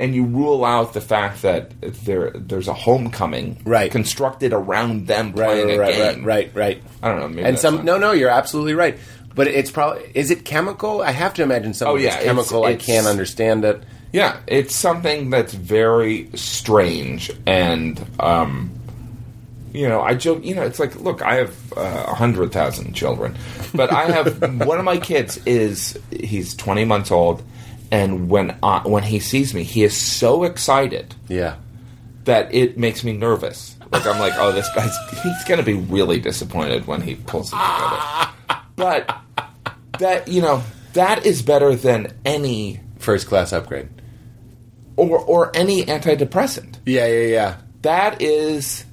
Speaker 4: and you rule out the fact that there there's a homecoming,
Speaker 7: Right.
Speaker 4: constructed around them
Speaker 7: Right,
Speaker 4: playing a
Speaker 7: right, right, right,
Speaker 4: game,
Speaker 7: right, right.
Speaker 4: I don't know. Maybe
Speaker 7: and
Speaker 4: that's
Speaker 7: some
Speaker 4: not-
Speaker 7: no no you're absolutely right but it's probably is it chemical i have to imagine something
Speaker 4: Oh, yeah,
Speaker 7: that's
Speaker 4: it's-
Speaker 7: chemical
Speaker 4: it's-
Speaker 7: i can't understand it
Speaker 4: Yeah, it's something that's very strange, and um, you know, I joke. You know, it's like, look, I have uh, a hundred thousand children, but I have one of my kids is he's twenty months old, and when I, when he sees me, he is so excited
Speaker 7: yeah
Speaker 4: that it makes me nervous. Like I'm like, oh, this guy's he's gonna be really disappointed when he pulls it together. But that you know, that is better than any
Speaker 7: first class upgrade
Speaker 4: or or any antidepressant.
Speaker 7: yeah yeah yeah
Speaker 4: That is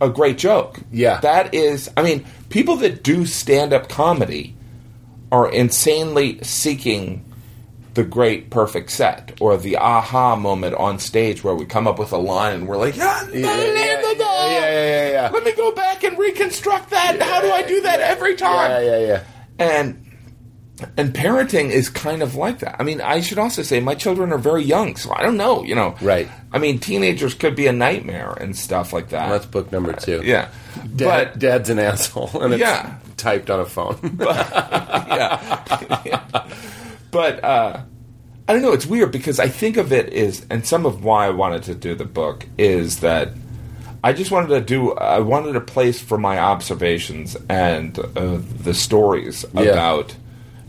Speaker 4: a great joke.
Speaker 7: Yeah.
Speaker 4: That is I mean, people that do stand-up comedy are insanely seeking the great perfect set or the aha moment on stage where we come up with a line and we're like, "Ah,
Speaker 7: yeah yeah yeah yeah yeah yeah
Speaker 4: Let me go back and reconstruct that. How do I do that every time?
Speaker 7: yeah yeah yeah
Speaker 4: and and parenting is kind of like that. I mean, I should also say my children are very young, so I don't know, you know.
Speaker 7: Right.
Speaker 4: I mean, teenagers could be a nightmare and stuff like that.
Speaker 7: that's book number two
Speaker 4: yeah.
Speaker 7: Dad,
Speaker 4: But
Speaker 7: dad's an asshole and it's
Speaker 4: Yeah.
Speaker 7: typed on a phone
Speaker 4: but uh I don't know, it's weird because I think of it is and some of why I wanted to do the book is that I just wanted to do I wanted a place for my observations and uh, the stories about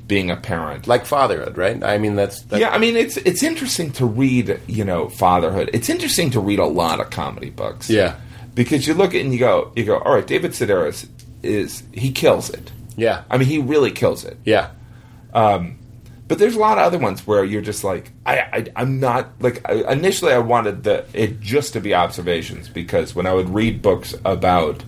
Speaker 4: being a parent.
Speaker 7: like fatherhood right i mean that's, that's
Speaker 4: yeah, I mean it's it's interesting to read, you know, fatherhood. It's interesting to read a lot of comedy books.
Speaker 7: Yeah.
Speaker 4: Because you look at it and you go you go, all right, David Sedaris is he kills it.
Speaker 7: yeah
Speaker 4: I mean he really kills it.
Speaker 7: yeah
Speaker 4: But there's a lot of other ones where you're just like I, I I'm not like I, initially I wanted the it just to be observations because when I would read books about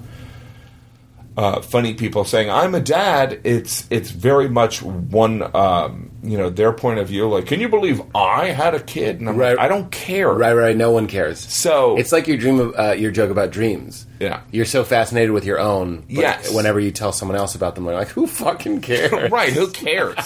Speaker 4: uh, funny people saying I'm a dad, it's it's very much one um, you know their point of view. Like, can you believe I had a kid? And I'm
Speaker 7: Right.
Speaker 4: like, I don't care.
Speaker 7: right right no one cares
Speaker 4: So
Speaker 7: it's like your dream of uh, your joke about dreams
Speaker 4: Yeah.
Speaker 7: you're so fascinated with your own but
Speaker 4: Yes.
Speaker 7: whenever you tell someone else about them they're like who fucking cares
Speaker 4: right. Who cares?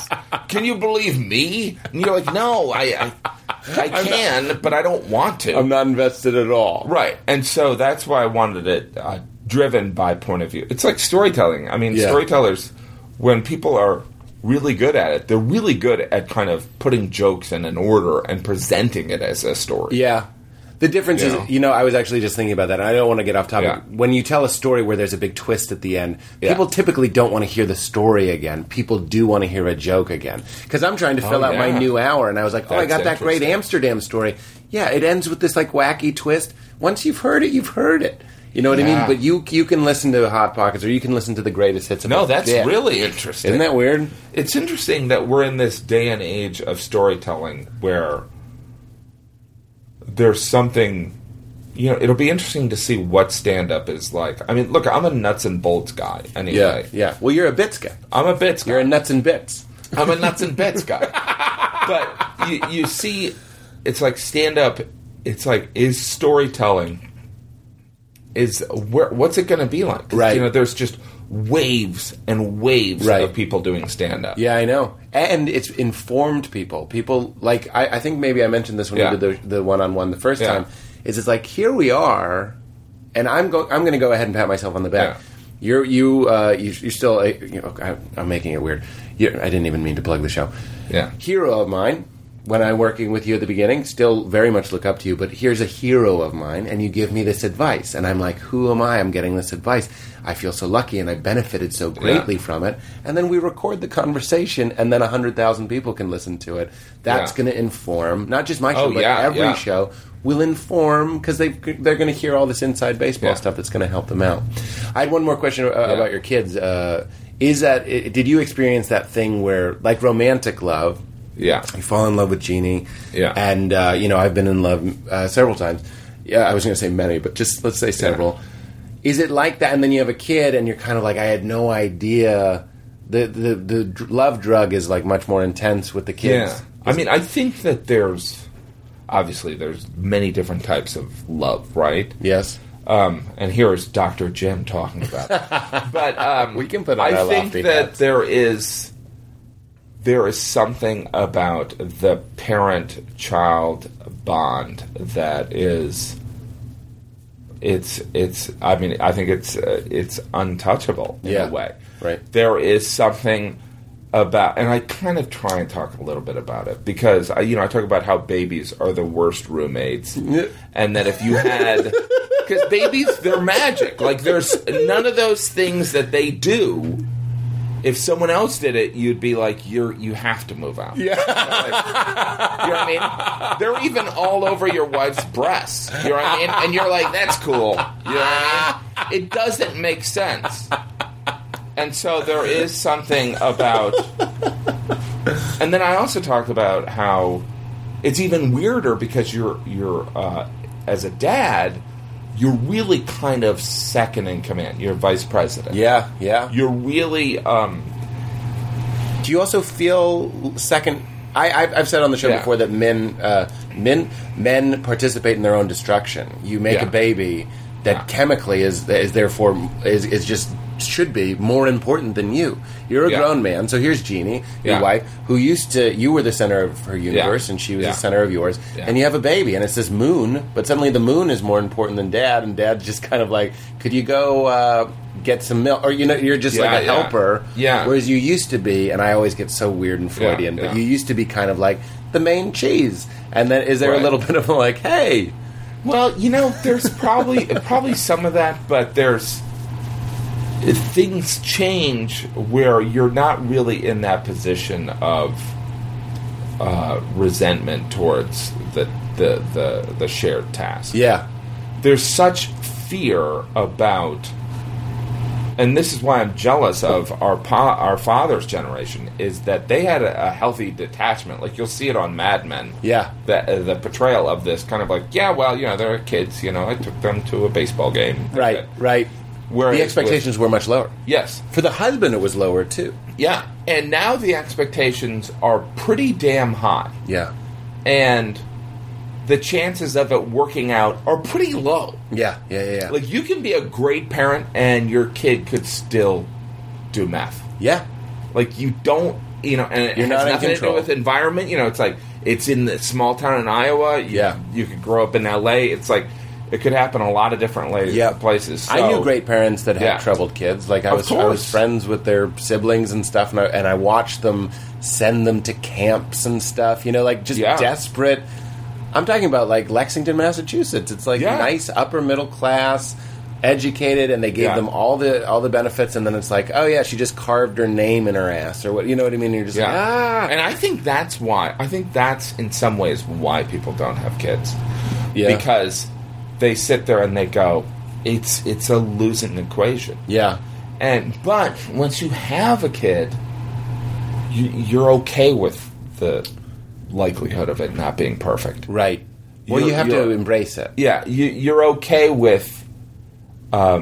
Speaker 4: can you believe me? And you're like, no, I I, I can, but I don't want to.
Speaker 7: I'm not invested at all.
Speaker 4: Right. And so that's why I wanted it uh, driven by point of view. It's like storytelling. I mean,
Speaker 7: Yeah.
Speaker 4: storytellers, when people are really good at it, they're really good at kind of putting jokes in an order and presenting it as a story.
Speaker 7: Yeah. The difference
Speaker 4: Yeah.
Speaker 7: is, you know, I was actually just thinking about that. And I don't want to get off topic.
Speaker 4: Yeah.
Speaker 7: When you tell a story where there's a big twist at the end,
Speaker 4: Yeah.
Speaker 7: people typically don't want to hear the story again. People do want to hear a joke again. Because I'm trying to fill out my
Speaker 4: Oh, yeah.
Speaker 7: new hour, and I was like, oh, I
Speaker 4: That's
Speaker 7: got that great
Speaker 4: interesting.
Speaker 7: Amsterdam story. Yeah, it ends with this like wacky twist. Once you've heard it, you've heard it. You know what I mean?
Speaker 4: Yeah.
Speaker 7: But you you can listen to Hot Pockets, or you can listen to the greatest hits. Of
Speaker 4: No,
Speaker 7: us.
Speaker 4: that's
Speaker 7: Yeah.
Speaker 4: really interesting.
Speaker 7: Isn't that weird?
Speaker 4: It's interesting that we're in this day and age of storytelling where there's something you know, it'll be interesting to see what stand up is like. I mean, look, I'm a nuts and bolts guy anyway.
Speaker 7: yeah. Well, you're a bits guy.
Speaker 4: I'm a bits guy.
Speaker 7: You're a nuts and bits.
Speaker 4: I'm a nuts and bits guy. But you, you see, it's like stand up. It's like is storytelling. Is where what's it going to be like? 'Cause,
Speaker 7: Right.
Speaker 4: You know, there's just waves and waves
Speaker 7: Right.
Speaker 4: of people doing stand up.
Speaker 7: Yeah, I know. And it's informed people. People like I, I think maybe I mentioned this when
Speaker 4: Yeah.
Speaker 7: we did the the one on one the first
Speaker 4: Yeah.
Speaker 7: time. Is it's like here we are, and I'm go I'm going to go ahead and pat myself on the back.
Speaker 4: Yeah.
Speaker 7: You're you uh, you you're still a, you know, I, I'm making it weird. You're, I didn't even mean to plug the show.
Speaker 4: Yeah.
Speaker 7: hero of mine. When I'm working with you at the beginning, still very much look up to you, but here's a hero of mine, and you give me this advice. And I'm like, who am I? I'm getting this advice. I feel so lucky, and I benefited so greatly
Speaker 4: Yeah.
Speaker 7: from it. And then we record the conversation, and then 100,000 people can listen to it. That's
Speaker 4: Yeah.
Speaker 7: going to inform, not just my show,
Speaker 4: Oh,
Speaker 7: but
Speaker 4: yeah,
Speaker 7: every
Speaker 4: yeah.
Speaker 7: show will inform because they, they're going to hear all this inside baseball
Speaker 4: Yeah.
Speaker 7: stuff that's going to help them out. I had one more question uh, about your kids. Uh, is that, i did you experience that thing where, like romantic love,
Speaker 4: Yeah.
Speaker 7: you fall in love with Jeannie.
Speaker 4: Yeah.
Speaker 7: And, uh, you know, uh, I've been in love uh, several times. Yeah, I was going to say many, but just let's say several. Is it like that? And then you have a kid and you're kind of like, I had no idea. The, the, the dr- love drug is like much more intense with the kids.
Speaker 4: Yeah. I mean, I think that there's obviously there's many different types of love, right?
Speaker 7: Yes.
Speaker 4: Um, and here is Dr. Jim talking about. it. but um,
Speaker 7: We can put on
Speaker 4: I
Speaker 7: our
Speaker 4: think
Speaker 7: lofty
Speaker 4: that
Speaker 7: hats.
Speaker 4: there is there is something about the parent child bond that is it's it's I mean I think it's uh, it's untouchable in
Speaker 7: Yeah.
Speaker 4: a way.
Speaker 7: Right.
Speaker 4: There is something about and I kind of try and talk a little bit about it because I you know I talk about how babies are the worst roommates and that if you had because babies they're magic like there's none of those things that they do if someone else did it you'd be like you're you have to move out yeah you know what I mean they're even all over your wife's breasts you know what I mean and you're like that's cool you know what I mean it doesn't make sense and so there is something about and then I also talked about how it's even weirder because you're you're uh, as a dad, you're really kind of second in command. You're vice president.
Speaker 7: Yeah, yeah.
Speaker 4: You're really um,
Speaker 7: Do you also feel second? I, I've, I've said on the show
Speaker 4: Yeah.
Speaker 7: before that men, uh, men, men participate in their own destruction. You make
Speaker 4: Yeah. Ah.
Speaker 7: a baby that
Speaker 4: Yeah.
Speaker 7: chemically is is therefore is, is just should be more important than you. You're a
Speaker 4: Yeah.
Speaker 7: grown man, so here's Jeannie, your
Speaker 4: Yeah.
Speaker 7: wife, who used to you were the center of her universe, and she was
Speaker 4: Yeah.
Speaker 7: the center of yours.
Speaker 4: Yeah.
Speaker 7: And you have a baby, and it's this moon, but suddenly the moon is more important than dad, and dad's just kind of like, could you go uh, get some milk, or you know, you're just
Speaker 4: Yeah,
Speaker 7: like a
Speaker 4: yeah.
Speaker 7: helper.
Speaker 4: Yeah.
Speaker 7: Whereas you used to be, and I always get so weird and Freudian,
Speaker 4: yeah.
Speaker 7: but you used to be kind of like the main cheese. And then is there a
Speaker 4: Right.
Speaker 7: little bit of like, hey,
Speaker 4: Well, you know, there's probably probably some of that, but there's things change where you're not really in that position of uh, resentment towards the, the the the shared task.
Speaker 7: yeah,
Speaker 4: There's such fear about, and this is why I'm jealous of our pa- our father's generation is that they had a, a healthy detachment. Like you'll see it on Mad Men
Speaker 7: yeah,
Speaker 4: the uh, the portrayal of this kind of like yeah well you know they're kids you know I took them to a baseball game
Speaker 7: right, right.
Speaker 4: where
Speaker 7: the expectations were much lower.
Speaker 4: yes
Speaker 7: For the husband, it was lower too.
Speaker 4: yeah and now the expectations are pretty damn high
Speaker 7: Yeah,
Speaker 4: and the chances of it working out are pretty low
Speaker 7: yeah, yeah, yeah, yeah.
Speaker 4: like you can be a great parent and your kid could still do math
Speaker 7: yeah,
Speaker 4: like you don't you know and it
Speaker 7: You're
Speaker 4: has
Speaker 7: not in
Speaker 4: nothing to do
Speaker 7: control.
Speaker 4: with environment you know it's like it's in the small town in iowa you,
Speaker 7: Yeah.
Speaker 4: you could grow up in la it's like it could happen a lot of different la-
Speaker 7: Yeah.
Speaker 4: places so-
Speaker 7: I knew great parents that had
Speaker 4: Yeah.
Speaker 7: troubled kids. Like I
Speaker 4: Of
Speaker 7: was, I was
Speaker 4: course.
Speaker 7: friends with their siblings and stuff, and I, and I watched them send them to camps and stuff. You know, like just
Speaker 4: Yeah.
Speaker 7: desperate. I'm talking about like Lexington, Massachusetts. It's like
Speaker 4: Yeah.
Speaker 7: nice upper middle class, educated, and they gave
Speaker 4: Yeah.
Speaker 7: them all the all the benefits. And then it's like, oh yeah, she just carved her name in her ass, or what? You know what I mean? And you're just like, ah,
Speaker 4: And I think that's why. I think that's in some ways why people don't have kids.
Speaker 7: ah. Yeah.
Speaker 4: Because they sit there and they go, it's it's a losing equation.
Speaker 7: yeah,
Speaker 4: And but once you have a kid, you, you're okay with the likelihood of it not being perfect.
Speaker 7: right. Well,
Speaker 4: You're-
Speaker 7: you have to
Speaker 4: you're-
Speaker 7: embrace it.
Speaker 4: Yeah, you, you're okay with, um,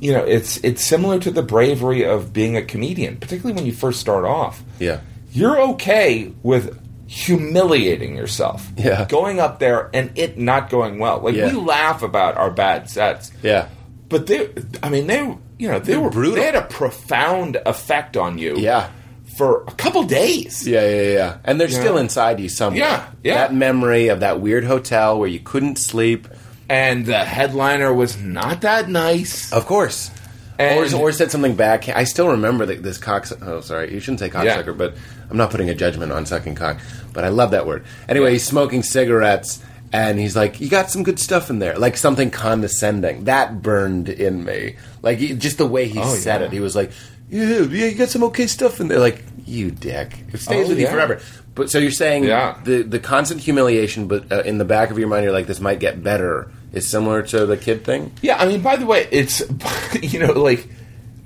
Speaker 4: you know, it's it's similar to the bravery of being a comedian, particularly when you first start off.
Speaker 7: Yeah.
Speaker 4: you're okay with humiliating yourself.
Speaker 7: Yeah.
Speaker 4: Going up there and it not going well. Like
Speaker 7: Yeah.
Speaker 4: we laugh about our bad sets.
Speaker 7: Yeah.
Speaker 4: But they I mean they you know, they were
Speaker 7: brutal.
Speaker 4: They had a profound effect on you.
Speaker 7: Yeah.
Speaker 4: For a couple days.
Speaker 7: Yeah, yeah, yeah. And they're still inside you somewhere.
Speaker 4: Yeah, yeah.
Speaker 7: That memory of that weird hotel where you couldn't sleep.
Speaker 4: And the headliner was not that nice.
Speaker 7: Of course.
Speaker 4: And-
Speaker 7: or, or said something back. I still remember that this cock. Oh, sorry, you shouldn't say cocksucker,
Speaker 4: Yeah.
Speaker 7: but I'm not putting a judgment on sucking cock. But I love that word. Anyway, he's smoking cigarettes, and he's like, "You got some good stuff in there," like something condescending that burned in me. Like he- just the way he said
Speaker 4: Oh, yeah.
Speaker 7: it, he was like, "Yeah, yeah, you got some okay stuff in there." Like you dick, it stays
Speaker 4: Oh,
Speaker 7: with
Speaker 4: yeah.
Speaker 7: you forever. But so you're saying
Speaker 4: Yeah.
Speaker 7: the the constant humiliation, but uh, in the back of your mind, you're like, "This might get better." Is similar to the kid thing.
Speaker 4: Yeah, I mean by the way, it's you know, like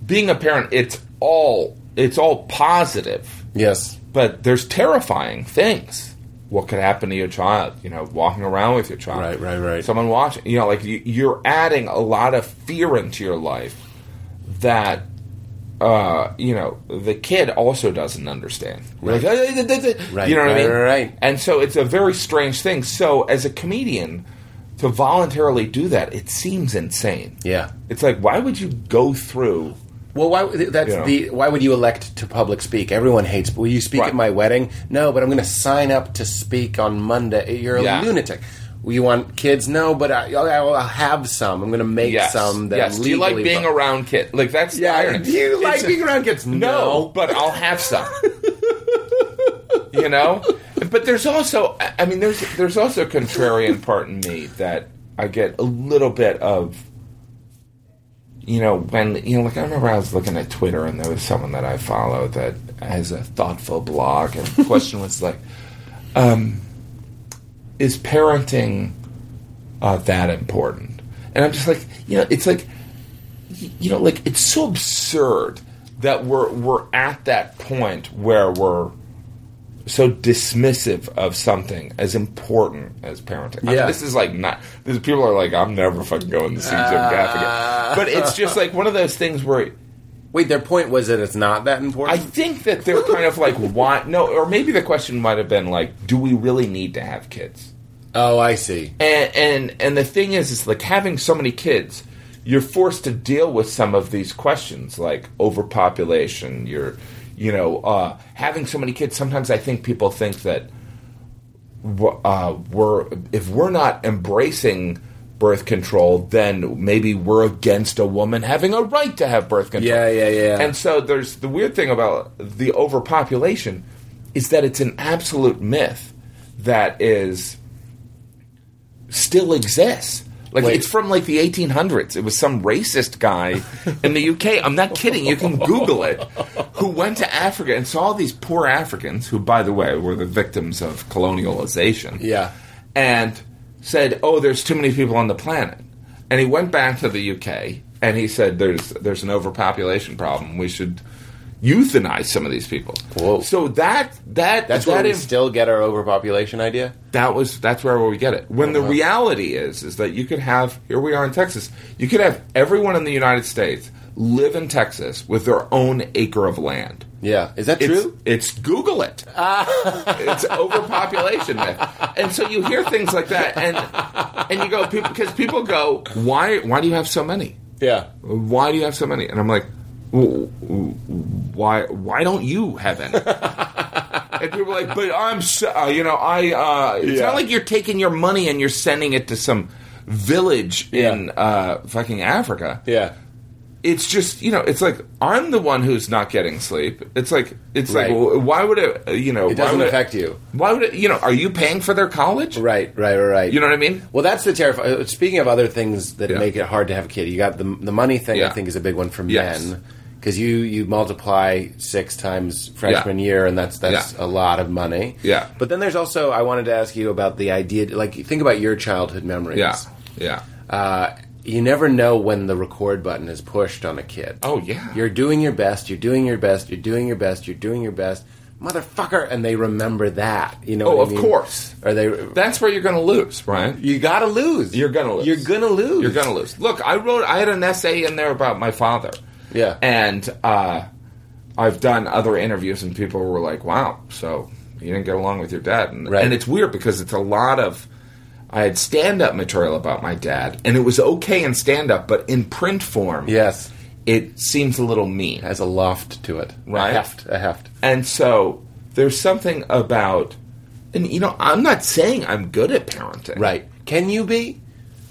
Speaker 4: being a parent, it's all it's all positive.
Speaker 7: Yes.
Speaker 4: but there's terrifying things. What could happen to your child? You know, walking around with your child.
Speaker 7: Right, right, right.
Speaker 4: Someone watching. You know, like you, you're adding a lot of fear into your life that, uh, you know, the kid also doesn't understand. You're
Speaker 7: Right.
Speaker 4: Like, "Eh, eh, eh, eh, eh,"
Speaker 7: Right,
Speaker 4: You know what I
Speaker 7: right,
Speaker 4: mean?
Speaker 7: right, right.
Speaker 4: And so it's a very strange thing. So as a comedian, to voluntarily do that, it seems insane.
Speaker 7: Yeah.
Speaker 4: It's like, why would you go through?
Speaker 7: Well, why that's
Speaker 4: Yeah.
Speaker 7: the why would you elect to public speak? Everyone hates. Will you speak
Speaker 4: Right.
Speaker 7: at my wedding? No, but I'm going to sign up to speak on Monday. You're
Speaker 4: Yeah.
Speaker 7: a lunatic. You want kids? No, but I, I'll, I'll have some. I'm going to make
Speaker 4: Yes.
Speaker 7: some. That
Speaker 4: yes. Do you like
Speaker 7: legally-
Speaker 4: being around kids? Like that's the
Speaker 7: Yeah.
Speaker 4: irony.
Speaker 7: Do you like
Speaker 4: It's a-
Speaker 7: being around kids?
Speaker 4: No, but I'll have some. you know, but there's also, I I mean, there's there's also a contrarian part in me that I get a little bit of. You know, when you know, like I remember I was looking at Twitter and there was someone that I follow that has a thoughtful blog, and the question was like, um, "Is parenting uh, that important?" And I'm just like, you know, it's like you know, like it's so absurd that we're we're at that point where we're so dismissive of something as important as parenting. I mean,
Speaker 7: Yeah.
Speaker 4: this is like not. This people are like, I'm never fucking going to see Jim Gaffigan. But it's just like one of those things where
Speaker 7: Wait, their point was that it's not that
Speaker 4: I
Speaker 7: important.
Speaker 4: think that they're kind of like, why? No, or maybe the question might have been like, do we really need to have kids?
Speaker 7: oh, I see.
Speaker 4: and and and the thing is is like having so many kids you're forced to deal with some of these questions like overpopulation you're you know uh, having so many kids sometimes i think people think that w- uh, we're if we're not embracing birth control then maybe we're against a woman having a right to have birth control
Speaker 7: Yeah, yeah, yeah.
Speaker 4: and so there's the weird thing about the overpopulation is that it's an absolute myth that is still exists. Like
Speaker 7: Wait.
Speaker 4: it's from like the 1800s. It was some racist guy in the UK. I'm not kidding. You can Google it. Who went to Africa and saw these poor Africans, who by the way were the victims of colonialization.
Speaker 7: Yeah.
Speaker 4: and said, "Oh, there's too many people on the planet." And he went back to the UK and he said, "There's there's an overpopulation problem. We should." Euthanize some of these people.
Speaker 7: Whoa.
Speaker 4: So that that
Speaker 7: That's
Speaker 4: that
Speaker 7: where we
Speaker 4: inv-
Speaker 7: still get our overpopulation idea.
Speaker 4: that was that's where we get it. When the reality is is that you could have here we are in Texas, you could have everyone in the United States live in Texas with their own acre of land.
Speaker 7: Yeah, is that
Speaker 4: It's,
Speaker 7: true?
Speaker 4: it's Google it. it's overpopulation myth, and so you hear things like that, and and you go because people go, why why do you have so many?
Speaker 7: Yeah.
Speaker 4: why do you have so many? And I'm like, "W- w- why why don't you have any? and people are like, but I'm so, uh, you know, I. Uh, it's
Speaker 7: Yeah.
Speaker 4: not like you're taking your money and you're sending it to some village in
Speaker 7: Yeah.
Speaker 4: uh, fucking Africa.
Speaker 7: Yeah.
Speaker 4: it's just you know it's like I'm the one who's not getting sleep. It's like it's
Speaker 7: Right.
Speaker 4: like wh- why would it uh, you know
Speaker 7: It
Speaker 4: why
Speaker 7: doesn't
Speaker 4: would
Speaker 7: affect you.
Speaker 4: Why would it you know are you paying for their college?
Speaker 7: Right, right, right, right.
Speaker 4: You know what I mean?
Speaker 7: Well, that's the terrifying. Speaking of other things that
Speaker 4: Yeah.
Speaker 7: make it hard to have a kid, you got the the money thing. I
Speaker 4: Yeah.
Speaker 7: think is a big one for
Speaker 4: Yes.
Speaker 7: men because you you multiply six times freshman year, and that's that's
Speaker 4: Yeah.
Speaker 7: a lot of money.
Speaker 4: Yeah.
Speaker 7: But then there's also I wanted to ask you about the idea. Like, think about your childhood memories.
Speaker 4: Yeah, yeah.
Speaker 7: Uh, you never know when the record button is pushed on a kid.
Speaker 4: Oh, yeah.
Speaker 7: You're doing your best. You're doing your best. You're doing your best. You're doing your best. Motherfucker, and they remember that. You know.
Speaker 4: Oh,
Speaker 7: what I
Speaker 4: of
Speaker 7: mean?
Speaker 4: course.
Speaker 7: Are they?
Speaker 4: That's where you're going to lose, right?
Speaker 7: You gotta lose.
Speaker 4: You're gonna lose.
Speaker 7: You're gonna lose.
Speaker 4: You're gonna lose. Look, I wrote. I had an essay in there about my father.
Speaker 7: Yeah.
Speaker 4: And uh, I've done other interviews, and people were like, "Wow, so you didn't get along with your dad?" And,
Speaker 7: Right.
Speaker 4: and it's weird because it's a lot of. I had stand-up material about my dad, and it was okay in stand-up, but in print form,
Speaker 7: Yes.
Speaker 4: it seems a little mean.
Speaker 7: Has a loft to it.
Speaker 4: Right.
Speaker 7: A heft. A heft.
Speaker 4: And so there's something about, and you know, I'm not saying I'm good at parenting.
Speaker 7: Right. Can you be?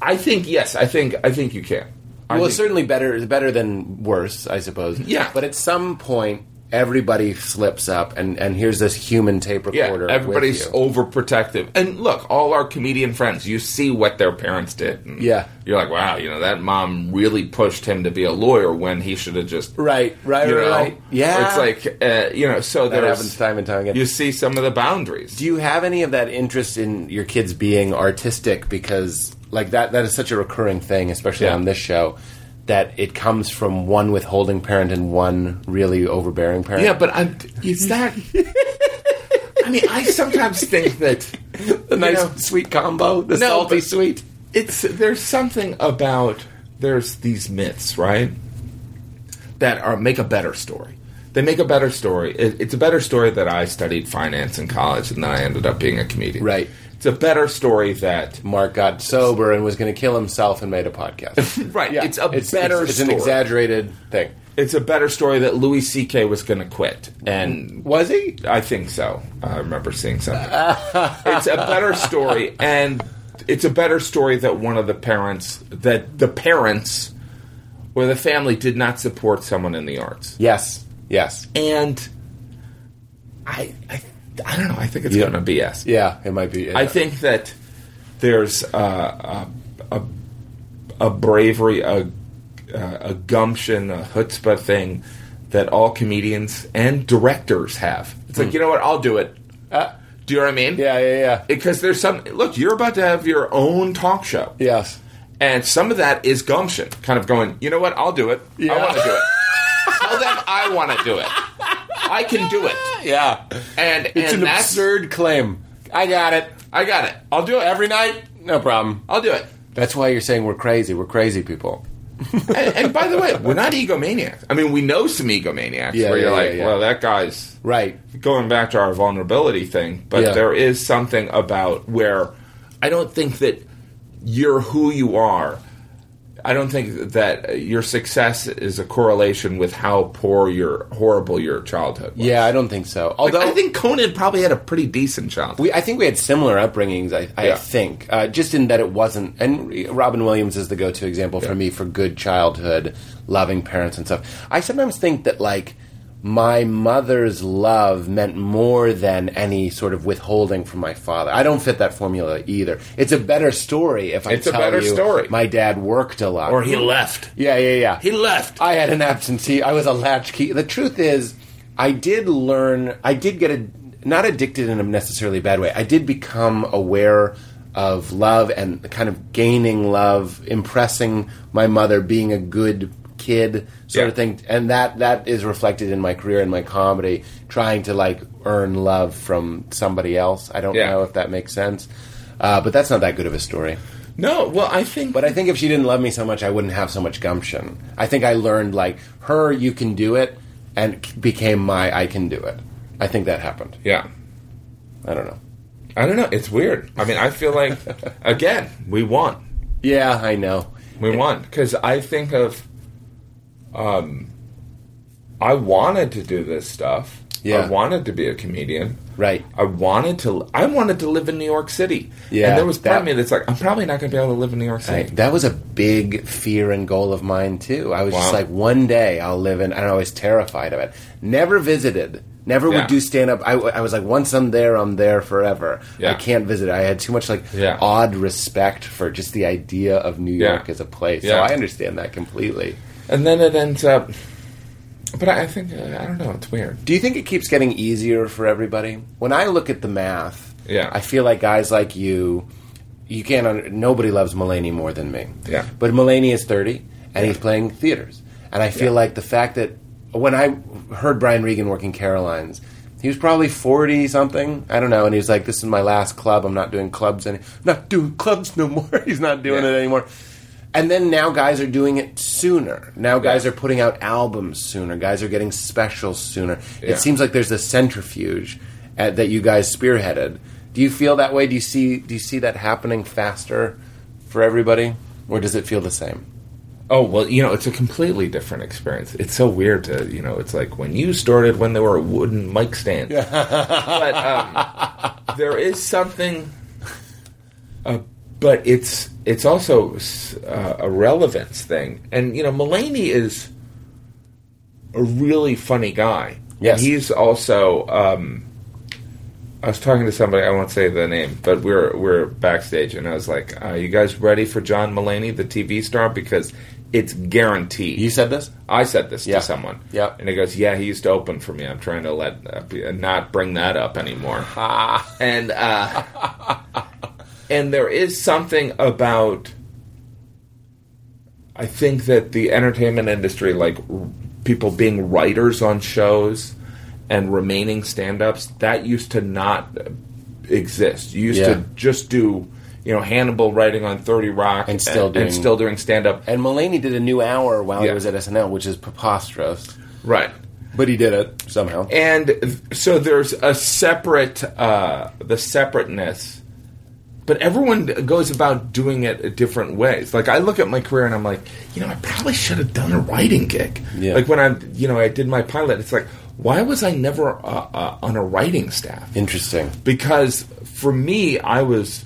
Speaker 4: I think yes. I think I think you can. I
Speaker 7: well,
Speaker 4: think-
Speaker 7: it's certainly better better than worse, I suppose.
Speaker 4: Yeah.
Speaker 7: But at some point, everybody slips up, and and here's this human tape
Speaker 4: Yeah,
Speaker 7: recorder.
Speaker 4: everybody's
Speaker 7: with you.
Speaker 4: overprotective. And look, all our comedian friends, you see what their parents did. And
Speaker 7: Yeah.
Speaker 4: You're like, wow, you know, that mom really pushed him to be a lawyer when he should have just.
Speaker 7: Right. Right.
Speaker 4: You
Speaker 7: right.
Speaker 4: know?
Speaker 7: right. Yeah.
Speaker 4: It's like, uh, you know, so
Speaker 7: that
Speaker 4: there's.
Speaker 7: happens time and time again.
Speaker 4: You see some of the boundaries.
Speaker 7: Do you have any of that interest in your kids being artistic? Because like that, that is such a recurring thing, especially
Speaker 4: Yeah.
Speaker 7: on this show, that it comes from one withholding parent and one really overbearing parent.
Speaker 4: yeah, but I'm. Is that. I mean, I sometimes think that.
Speaker 7: the nice
Speaker 4: know-
Speaker 7: sweet combo, Oh, the
Speaker 4: No,
Speaker 7: salty
Speaker 4: but-
Speaker 7: sweet.
Speaker 4: it's there's something about there's these myths right that are make a better story they make a better story it, it's a better story that i studied finance in college and then i ended up being a comedian
Speaker 7: Right.
Speaker 4: it's a better story that
Speaker 7: Mark got sober and was going to kill himself and made a podcast.
Speaker 4: right it's a better
Speaker 7: It's, it's an
Speaker 4: story
Speaker 7: exaggerated thing.
Speaker 4: it's a better story that louis ck was going to quit and
Speaker 7: Was he?
Speaker 4: I think so. I remember seeing something. it's a better story, and it's a better story that one of the parents, that the parents or the family did not support someone in the arts.
Speaker 7: Yes. Yes.
Speaker 4: And I, I, I don't know. I think it's
Speaker 7: Yeah.
Speaker 4: going to BS.
Speaker 7: Yeah. It might be.
Speaker 4: I think that there's uh, a, a, a bravery, a, a gumption, a chutzpah thing that all comedians and directors have. It's like, you know what? I'll do it. do you know what I mean?
Speaker 7: Hmm. Uh, Yeah. Yeah. Yeah.
Speaker 4: Because there's some. Look, you're about to have your own talk show.
Speaker 7: yes.
Speaker 4: And some of that is gumption, kind of going, you know what? I'll do it. I
Speaker 7: Yeah.
Speaker 4: want to do it. Tell them I want to do it. I can do it.
Speaker 7: Yeah.
Speaker 4: And,
Speaker 7: It's
Speaker 4: and
Speaker 7: an
Speaker 4: that's,
Speaker 7: absurd claim. I got it.
Speaker 4: I got it. I'll do it every night.
Speaker 7: No problem.
Speaker 4: I'll do it.
Speaker 7: That's why you're saying we're crazy. We're crazy people.
Speaker 4: and, and by the way, we're not egomaniacs. I mean, we know some egomaniacs
Speaker 7: Yeah,
Speaker 4: where you're
Speaker 7: yeah,
Speaker 4: like,
Speaker 7: yeah, yeah.
Speaker 4: well, that guy's
Speaker 7: Right.
Speaker 4: going back to our vulnerability thing, but
Speaker 7: Yeah.
Speaker 4: there is something about where I don't think that you're who you are. I don't think that your success is a correlation with how poor your horrible your childhood was.
Speaker 7: Yeah, I don't think so. Although
Speaker 4: I think Conan probably had a pretty decent childhood.
Speaker 7: we, I think we had similar upbringings. I, I
Speaker 4: Yeah.
Speaker 7: think uh, just in that it wasn't. And Robin Williams is the go-to example for me for good childhood, loving parents and stuff. I sometimes think that like my mother's love meant more than any sort of withholding from my father. I don't fit that formula either. It's a better story if I
Speaker 4: It's a
Speaker 7: tell
Speaker 4: better
Speaker 7: you
Speaker 4: story.
Speaker 7: my dad worked a lot,
Speaker 4: left.
Speaker 7: Yeah, yeah, yeah.
Speaker 4: He left.
Speaker 7: I had an absentee. I was a latchkey. The truth is, I did learn. I did get a not addicted in a necessarily bad way. I did become aware of love and the kind of gaining love, impressing my mother, being a good kid sort of
Speaker 4: Yeah.
Speaker 7: thing, and that that is reflected in my career and my comedy, trying to like earn love from somebody else. I don't
Speaker 4: Yeah.
Speaker 7: know if that makes sense. Uh, but that's not that good of a story.
Speaker 4: No, well, I think
Speaker 7: But I think if she didn't love me so much, I wouldn't have so much gumption. I think I learned like her, you can do it, and c- became my I can do it. I think that happened.
Speaker 4: yeah.
Speaker 7: I don't know.
Speaker 4: I don't know. It's weird. I mean, I feel like again, we won.
Speaker 7: Yeah, I know.
Speaker 4: We won because I think of, um, I wanted to do this stuff,
Speaker 7: Yeah.
Speaker 4: I wanted to be a comedian.
Speaker 7: Right.
Speaker 4: I wanted to. I wanted to live in New York City.
Speaker 7: Yeah,
Speaker 4: and there was part
Speaker 7: that-
Speaker 4: of me that's like, I'm probably not going to be able to live in New York City.
Speaker 7: Right. That was a big fear and goal of mine too. I was just
Speaker 4: Wow.
Speaker 7: like, one day I'll live in, and I was terrified of it. Never visited. Never
Speaker 4: Yeah.
Speaker 7: would do stand up. I, w- I was like, once I'm there, I'm there forever.
Speaker 4: Yeah.
Speaker 7: I can't visit. I had too much like
Speaker 4: Yeah.
Speaker 7: odd respect for just the idea of New
Speaker 4: Yeah.
Speaker 7: York as a place.
Speaker 4: Yeah.
Speaker 7: So I understand that completely.
Speaker 4: And then it ends up. But I, I think uh, I don't know. It's weird.
Speaker 7: Do you think it keeps getting easier for everybody? When I look at the math,
Speaker 4: Yeah.
Speaker 7: I feel like guys like you, you can't. Under, nobody loves Mulaney more than me.
Speaker 4: Yeah.
Speaker 7: but Mulaney is thirty and he's playing theaters, and I feel like the fact that when I heard Brian Regan working Caroline's. He was probably forty something, I don't know, and he was like, "This is my last club. I'm not doing clubs any, not doing clubs no more." he's not doing
Speaker 4: Yeah.
Speaker 7: it anymore. And then now guys are doing it sooner. Now guys are putting out albums sooner. Guys are getting specials sooner.
Speaker 4: Yeah.
Speaker 7: It seems like there's a centrifuge at, that you guys spearheaded. Do you feel that way? Do you see do you see that happening faster for everybody, or does it feel the same?
Speaker 4: Oh well, you know, it's a completely different experience. It's so weird to you know. It's like when you started when there were wooden mic stands. but um, there is something. Uh, but it's it's also s- uh, a relevance thing, and you know, Mulaney is a really funny guy.
Speaker 7: Yes.
Speaker 4: he's also. Um, I was talking to somebody. I won't say the name, but we we're we we're backstage, and I was like, "Are you guys ready for John Mulaney, the TV star? Because it's guaranteed."
Speaker 7: You said this.
Speaker 4: I said this
Speaker 7: Yeah.
Speaker 4: to someone.
Speaker 7: Yeah.
Speaker 4: And he goes, "Yeah, he used to open for me. I'm trying to let uh, be- not bring that up anymore." and uh, and there is something about I think that the entertainment industry, like r- people being writers on shows and remaining stand-ups, that used to not uh, exist. You used
Speaker 7: Yeah.
Speaker 4: to just do, you know, Hannibal writing on Thirty Rock
Speaker 7: And still doing-
Speaker 4: and still doing stand-up.
Speaker 7: And Mulaney did a new hour while
Speaker 4: Yeah.
Speaker 7: he was at SNL, which is preposterous,
Speaker 4: Right.
Speaker 7: but he did it somehow.
Speaker 4: and th- so there's a separate uh, the separateness but everyone goes about doing it a different ways like i look at my career and i'm like you know i probably should have done a writing gig
Speaker 7: Yeah.
Speaker 4: like when i you know i did my pilot it's like why was i never uh, uh, on a writing staff
Speaker 7: Interesting.
Speaker 4: because for me i was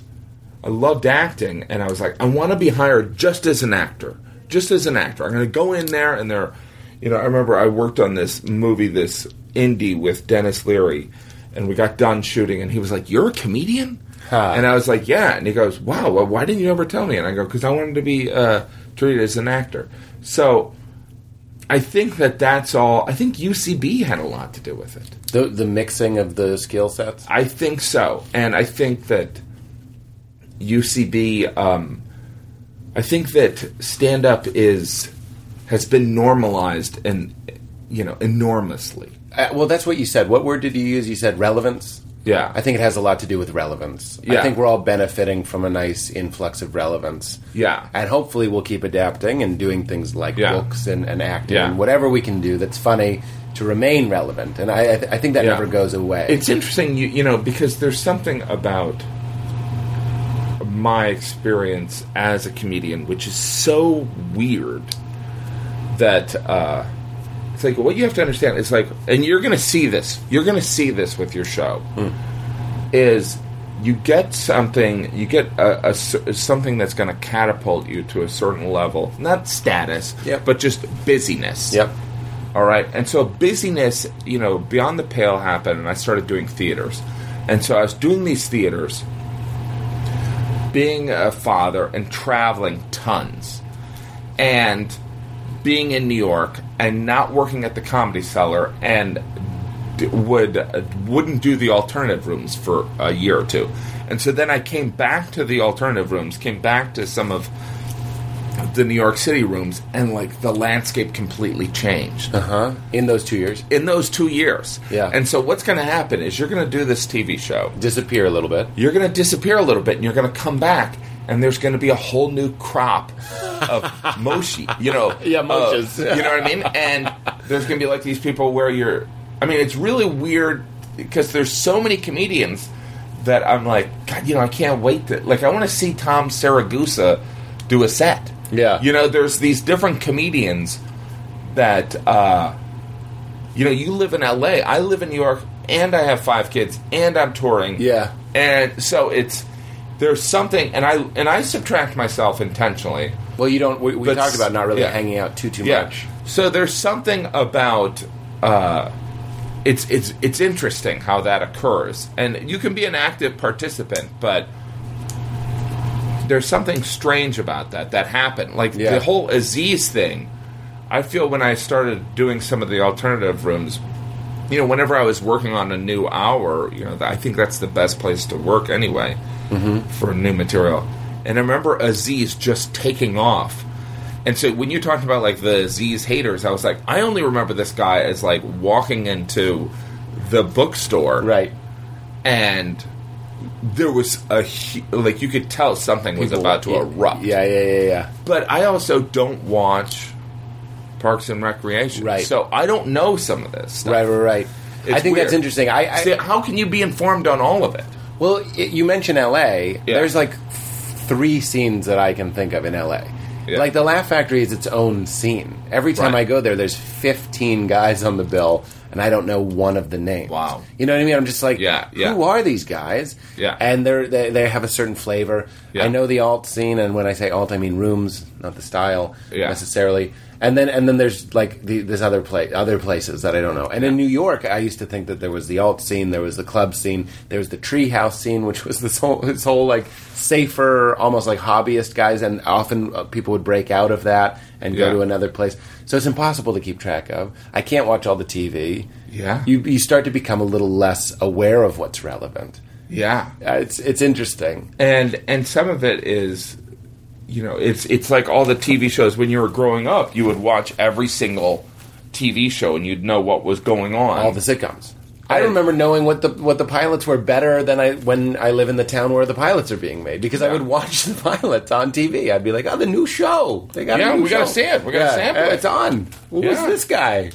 Speaker 4: i loved acting and i was like i want to be hired just as an actor just as an actor i'm going to go in there and there you know i remember i worked on this movie this indie with dennis leary and we got done shooting and he was like you're a comedian
Speaker 7: Huh.
Speaker 4: and i was like yeah and he goes wow well, why didn't you ever tell me and i go because i wanted to be uh, treated as an actor so i think that that's all i think ucb had a lot to do with it
Speaker 7: The the mixing of the skill sets.
Speaker 4: I think so, and I think that UCB. Um, I think that stand up is has been normalized and you know enormously.
Speaker 7: Uh, well, that's what you said. What word did you use? You said relevance.
Speaker 4: Yeah.
Speaker 7: I think it has a lot to do with relevance.
Speaker 4: Yeah.
Speaker 7: I think we're all benefiting from a nice influx of relevance.
Speaker 4: Yeah.
Speaker 7: And hopefully we'll keep adapting and doing things like
Speaker 4: Yeah.
Speaker 7: books and, and acting
Speaker 4: Yeah.
Speaker 7: and whatever we can do that's funny to remain relevant. And I, I, th- I think that
Speaker 4: Yeah.
Speaker 7: never goes away.
Speaker 4: It's interesting, you, you know, because there's something about my experience as a comedian which is so weird that uh, it's like what you have to understand is like, and you're going to see this, you're going to see this with your show, is you get something, you get a, a cer- something that's going to catapult you to a certain level, not status,
Speaker 7: Yep.
Speaker 4: but just busyness.
Speaker 7: Yep.
Speaker 4: All right. And so busyness, you know, beyond the pale happened, and I started doing theaters. And so I was doing these theaters, being a father and traveling tons, and being in New York and not working at the Comedy Cellar, and d- would uh, wouldn't do the alternative rooms for a year or two. And so then I came back to the alternative rooms, came back to some of the New York City rooms, and like the landscape completely changed
Speaker 7: Huh? In those two years.
Speaker 4: in those two years.
Speaker 7: Yeah.
Speaker 4: And so what's going to happen is you're going to do this TV show.
Speaker 7: Disappear a little bit.
Speaker 4: You're going to disappear a little bit, and you're going to come back, and there's going to be a whole new crop of mochi. You know.
Speaker 7: Yeah,
Speaker 4: of-
Speaker 7: mochas.
Speaker 4: you know what I mean? And there's going to be like these people where you're. I mean, it's really weird because there's so many comedians that I'm like, God, you know, I can't wait to like. I want to see Tom Saragusa do a set.
Speaker 7: Yeah.
Speaker 4: You know, there's these different comedians that. uh You know, you live in LA, I live in New York, and I have five kids, and I'm touring.
Speaker 3: Yeah.
Speaker 4: And so it's there's something and I and I subtract myself intentionally.
Speaker 7: Well, you don't. We, we
Speaker 4: But
Speaker 7: talked about not really
Speaker 4: yeah.
Speaker 7: hanging out too too
Speaker 4: Yeah.
Speaker 7: much.
Speaker 4: So there's something about uh, it's it's it's interesting how that occurs, and you can be an active participant, but there's something strange about that that happened. Like
Speaker 7: Yeah.
Speaker 4: the whole Aziz thing. I feel when I started doing some of the alternative rooms, you know, whenever I was working on a new hour, you know, I think that's the best place to work anyway for new material. And I remember Aziz just taking off. And so when you talked about like the Aziz haters, I was like, I only remember this guy as like walking into the bookstore,
Speaker 7: Right.
Speaker 4: And there was a hu- like you could tell something was about to erupt.
Speaker 7: Yeah, yeah, yeah, yeah.
Speaker 4: But I also don't watch Parks and Recreation,
Speaker 7: Right.
Speaker 4: So I don't know some of this. Stuff.
Speaker 7: Right, right, right.
Speaker 4: It's
Speaker 7: I think that's
Speaker 4: weird.
Speaker 7: interesting. I, I
Speaker 4: So how can you be informed on all of it?
Speaker 7: Well, i you mentioned L.A.
Speaker 4: Yeah.
Speaker 7: There's like th- three scenes that I can think of in L.A.
Speaker 4: Yeah.
Speaker 7: Like the Laugh Factory is its own scene. Every time
Speaker 4: Right.
Speaker 7: I go there, there's 15 guys on the bill, and I don't know one of the names.
Speaker 4: Wow.
Speaker 7: You know what I mean? I'm just like,
Speaker 4: Yeah, yeah.
Speaker 7: who are these guys?
Speaker 4: Yeah.
Speaker 7: And they're, they they have a certain flavor.
Speaker 4: Yeah.
Speaker 7: I know the alt scene, and when I say alt, I mean rooms, not the style
Speaker 4: Yeah.
Speaker 7: necessarily. And then and then there's like the, this other place, other places that I don't know. And in New York, I used to think that there was the alt scene, there was the club scene, there was the treehouse scene, which was this whole this whole like safer, almost like hobbyist guys, and often uh, people would break out of that and
Speaker 4: Yeah.
Speaker 7: go to another place. So it's impossible to keep track of. I can't watch all the TV.
Speaker 4: Yeah.
Speaker 7: you you start to become a little less aware of what's relevant.
Speaker 4: Yeah.
Speaker 7: Uh, it's it's interesting.
Speaker 4: and and some of it is you know it's it's like all the tv shows when you were growing up you would watch every single tv show and you'd know what was going on
Speaker 7: all the sitcoms. I remember knowing what the what the pilots were better than I when I live in the town where the pilots are being made because I would watch the pilots on TV. I'd be like, "Oh, the new show! They got a
Speaker 4: Yeah,
Speaker 7: new
Speaker 4: we gotta
Speaker 7: show. uh,
Speaker 4: see it. We gotta sample it."
Speaker 7: It's on. Who
Speaker 4: Yeah.
Speaker 7: was this guy?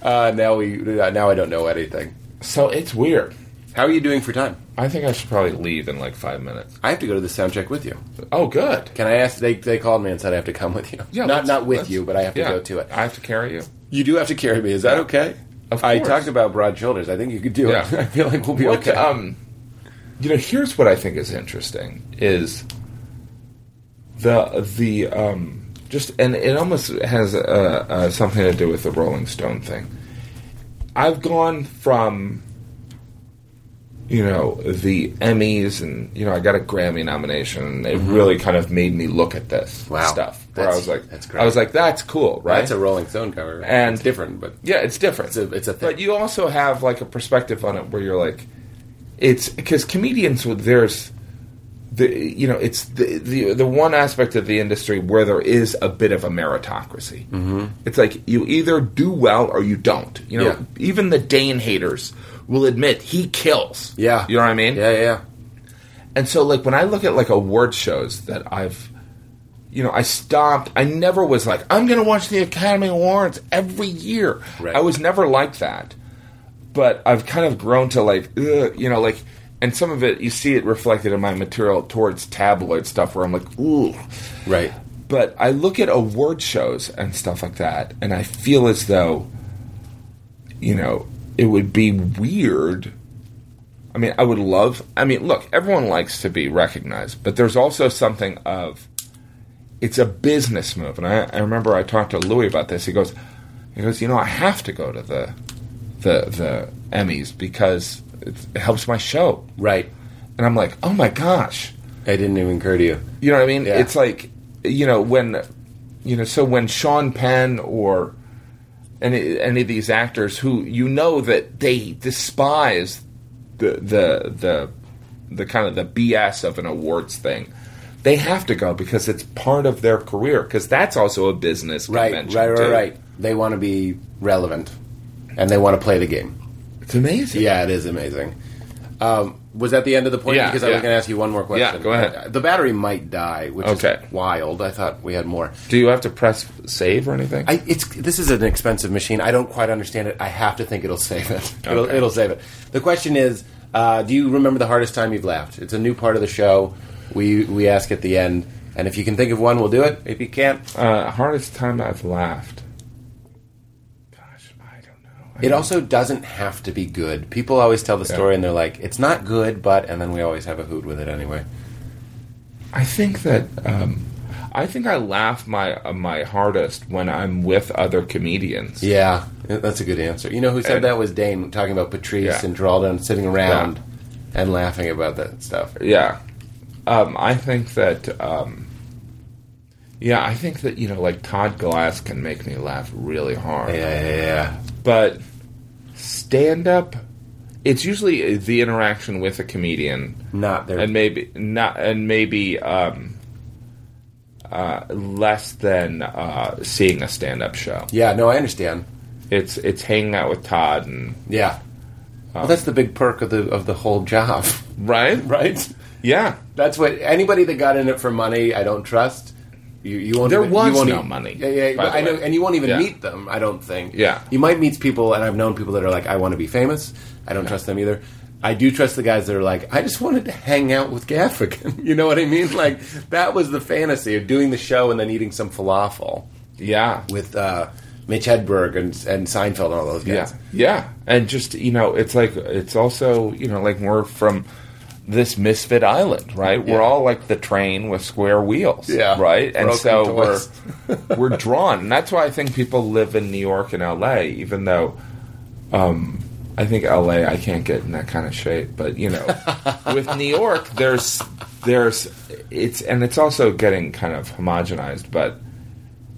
Speaker 7: Uh, now we uh, now I don't know anything.
Speaker 4: so it's weird
Speaker 7: How are you doing for time?
Speaker 4: i think i should probably leave in like five minutes
Speaker 7: I have to go to the sound check with you.
Speaker 4: oh good
Speaker 7: Can I ask? They, they called me and said I have to come with you. not
Speaker 4: let's-
Speaker 7: not with
Speaker 4: let's-
Speaker 7: you, but I have to
Speaker 4: yeah,
Speaker 7: go to it.
Speaker 4: i have to carry you
Speaker 7: You do have to carry me. Is that okay?
Speaker 4: Of
Speaker 7: I
Speaker 4: course.
Speaker 7: talked about broad shoulders. I think you could do
Speaker 4: Yeah.
Speaker 7: it. I feel like we'll be
Speaker 4: What,
Speaker 7: okay.
Speaker 4: um, you know, here's what I think is interesting is the the um, just and it almost has uh, uh, something to do with the Rolling Stone thing. I've gone from you know the Emmys and you know I got a Grammy nomination. and It really kind of made me look at this
Speaker 7: Mm-hmm. Wow.
Speaker 4: stuff. Where I
Speaker 7: That's-
Speaker 4: was like,
Speaker 7: that's great.
Speaker 4: I was like, that's cool, right?
Speaker 7: That's a Rolling Stone cover.
Speaker 4: And-
Speaker 7: it's different, but
Speaker 4: Yeah, it's different.
Speaker 7: It's a- it's a thing.
Speaker 4: But you also have like a perspective on it where you're like, it's because comedians with there's the you know it's the, the the one aspect of the industry where there is a bit of a meritocracy. Mm-hmm. It's like you either do well or you don't. You know,
Speaker 7: Yeah.
Speaker 4: even the Dane haters will admit he kills.
Speaker 7: Yeah.
Speaker 4: you know what I mean.
Speaker 7: Yeah, yeah.
Speaker 4: And so, like, when I look at like award shows that I've, you know, I stopped. I never was like, I'm going to watch the Academy Awards every year.
Speaker 7: Right.
Speaker 4: I was never like that. But I've kind of grown to like, ugh, you know, like, and some of it you see it reflected in my material towards tabloid stuff where I'm like, ooh.
Speaker 7: Right.
Speaker 4: But I look at award shows and stuff like that, and I feel as though, you know, it would be weird. I mean, I would love. I mean, look, everyone likes to be recognized, but there's also something of it's a business move. And I, I remember I talked to Louis about this. He goes, he goes, you know, I have to go to the the the Emmys because it helps my show.
Speaker 7: Right.
Speaker 4: And I'm like, oh my gosh.
Speaker 7: I didn't even occur to you.
Speaker 4: You know what I mean?
Speaker 7: Yeah.
Speaker 4: It's like, you know, when, you know, so when Sean Penn or any any of these actors who you know that they despise the the the the kind of the BS of an awards thing, they have to go because it's part of their career because that's also a business
Speaker 7: Right, right,
Speaker 4: convention.
Speaker 7: right,
Speaker 4: too.
Speaker 7: right. They want to be relevant, and they want to play the game.
Speaker 4: It's amazing.
Speaker 7: Yeah, it is amazing. Um, was that the end of the point?
Speaker 4: Yeah,
Speaker 7: because I
Speaker 4: yeah.
Speaker 7: was going to ask you one more question. Uh,
Speaker 4: Yeah, go ahead.
Speaker 7: The battery might die, which
Speaker 4: Okay.
Speaker 7: is wild. I thought we had more.
Speaker 4: Do you have to press save or anything?
Speaker 7: I, it's this is an expensive machine. I don't quite understand it. I have to think it'll save it. It'll,
Speaker 4: Okay.
Speaker 7: it'll save it. The question is, uh, do you remember the hardest time you've laughed? It's a new part of the show. We we ask at the end, and if you can think of one, we'll do it. If you can't,
Speaker 4: uh, hardest time I've laughed. Gosh, I don't know.
Speaker 7: It also doesn't have to be good. People always tell the story and they're like, it's not good, but, and then we always have a hoot with it anyway.
Speaker 4: I think that um, I think I laugh my uh, my hardest when I'm with other comedians.
Speaker 7: Yeah, that's a good answer. You know who said
Speaker 4: And-
Speaker 7: that was Dane, talking about Patrice
Speaker 4: Yeah.
Speaker 7: and Geraldo and sitting around and laughing about that stuff.
Speaker 4: Yeah. Um, I think that um, yeah, I think that you know, like Todd Glass can make me laugh really hard.
Speaker 7: Yeah, yeah, yeah.
Speaker 4: But stand up, it's usually the interaction with a comedian
Speaker 7: Not their
Speaker 4: and maybe not and maybe um, uh, less than uh, seeing a stand-up show.
Speaker 7: Yeah, no, I understand.
Speaker 4: It's it's hanging out with Todd and
Speaker 7: Yeah. well, that's the big perk of the of the whole job,
Speaker 4: right,
Speaker 7: right?
Speaker 4: yeah.
Speaker 7: That's what anybody that got in it for money, I don't trust. You, you won't.
Speaker 4: There
Speaker 7: even,
Speaker 4: was
Speaker 7: you won't
Speaker 4: no
Speaker 7: e-
Speaker 4: money,
Speaker 7: Yeah, yeah.
Speaker 4: by
Speaker 7: but
Speaker 4: the
Speaker 7: I know,
Speaker 4: way.
Speaker 7: and you won't even
Speaker 4: Yeah.
Speaker 7: meet them. I don't think.
Speaker 4: Yeah.
Speaker 7: you might meet people, and I've known people that are like, "I want to be famous." I don't trust them either. I do trust the guys that are like, "I just wanted to hang out with Gaffigan." you know what I mean? Like that was the fantasy of doing the show and then eating some falafel
Speaker 4: Yeah,
Speaker 7: with uh, Mitch Hedberg and and Seinfeld and all those
Speaker 4: yeah,
Speaker 7: guys.
Speaker 4: yeah. And just you know, it's like it's also you know, like we're from this misfit island, right? We're all like the train with square wheels,
Speaker 7: Yeah.
Speaker 4: right? And
Speaker 7: Broken
Speaker 4: so
Speaker 7: toys.
Speaker 4: we're we're drawn, and that's why I think people live in New York and L.A. Even though, um, I think L.A. I can't get in that kind of shape, but you know, with New York, there's there's it's and it's also getting kind of homogenized, but.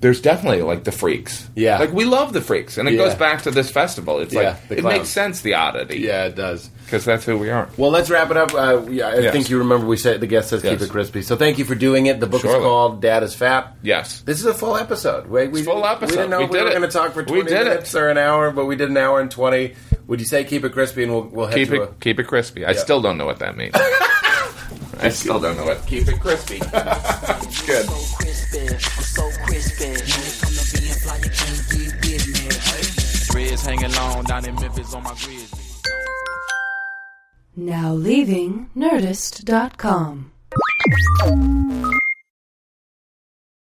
Speaker 4: There's definitely like the freaks.
Speaker 7: Yeah.
Speaker 4: Like we love the freaks. And it
Speaker 7: Yeah.
Speaker 4: goes back to this festival. It's
Speaker 7: Yeah,
Speaker 4: like
Speaker 7: the
Speaker 4: it
Speaker 7: clowns.
Speaker 4: makes sense the oddity.
Speaker 7: yeah, it does.
Speaker 4: Because that's who we are.
Speaker 7: Well, let's wrap it up. Uh, we- I
Speaker 4: Yes.
Speaker 7: think you remember we said the guest says keep
Speaker 4: Yes.
Speaker 7: it crispy. So thank you for doing it. The book is
Speaker 4: Surely.
Speaker 7: called Dad is Fat.
Speaker 4: Yes.
Speaker 7: This is a full episode. We, we,
Speaker 4: It's full episode.
Speaker 7: We didn't know
Speaker 4: We
Speaker 7: if
Speaker 4: did
Speaker 7: were
Speaker 4: it.
Speaker 7: going to talk for
Speaker 4: We
Speaker 7: 20
Speaker 4: did it.
Speaker 7: minutes or an hour, but we did an hour and 20. Would you say keep it crispy and we'll, we'll head
Speaker 4: Keep
Speaker 7: to
Speaker 4: it keep it crispy. I still don't know what that means. I still don't know what keep it crispy. Good.
Speaker 9: so crispy, I'm so crispy. You ain't come to be fly, you can't get with me. Reds hanging long down in Memphis on my grizzly.
Speaker 10: Now leaving Nerdist.com.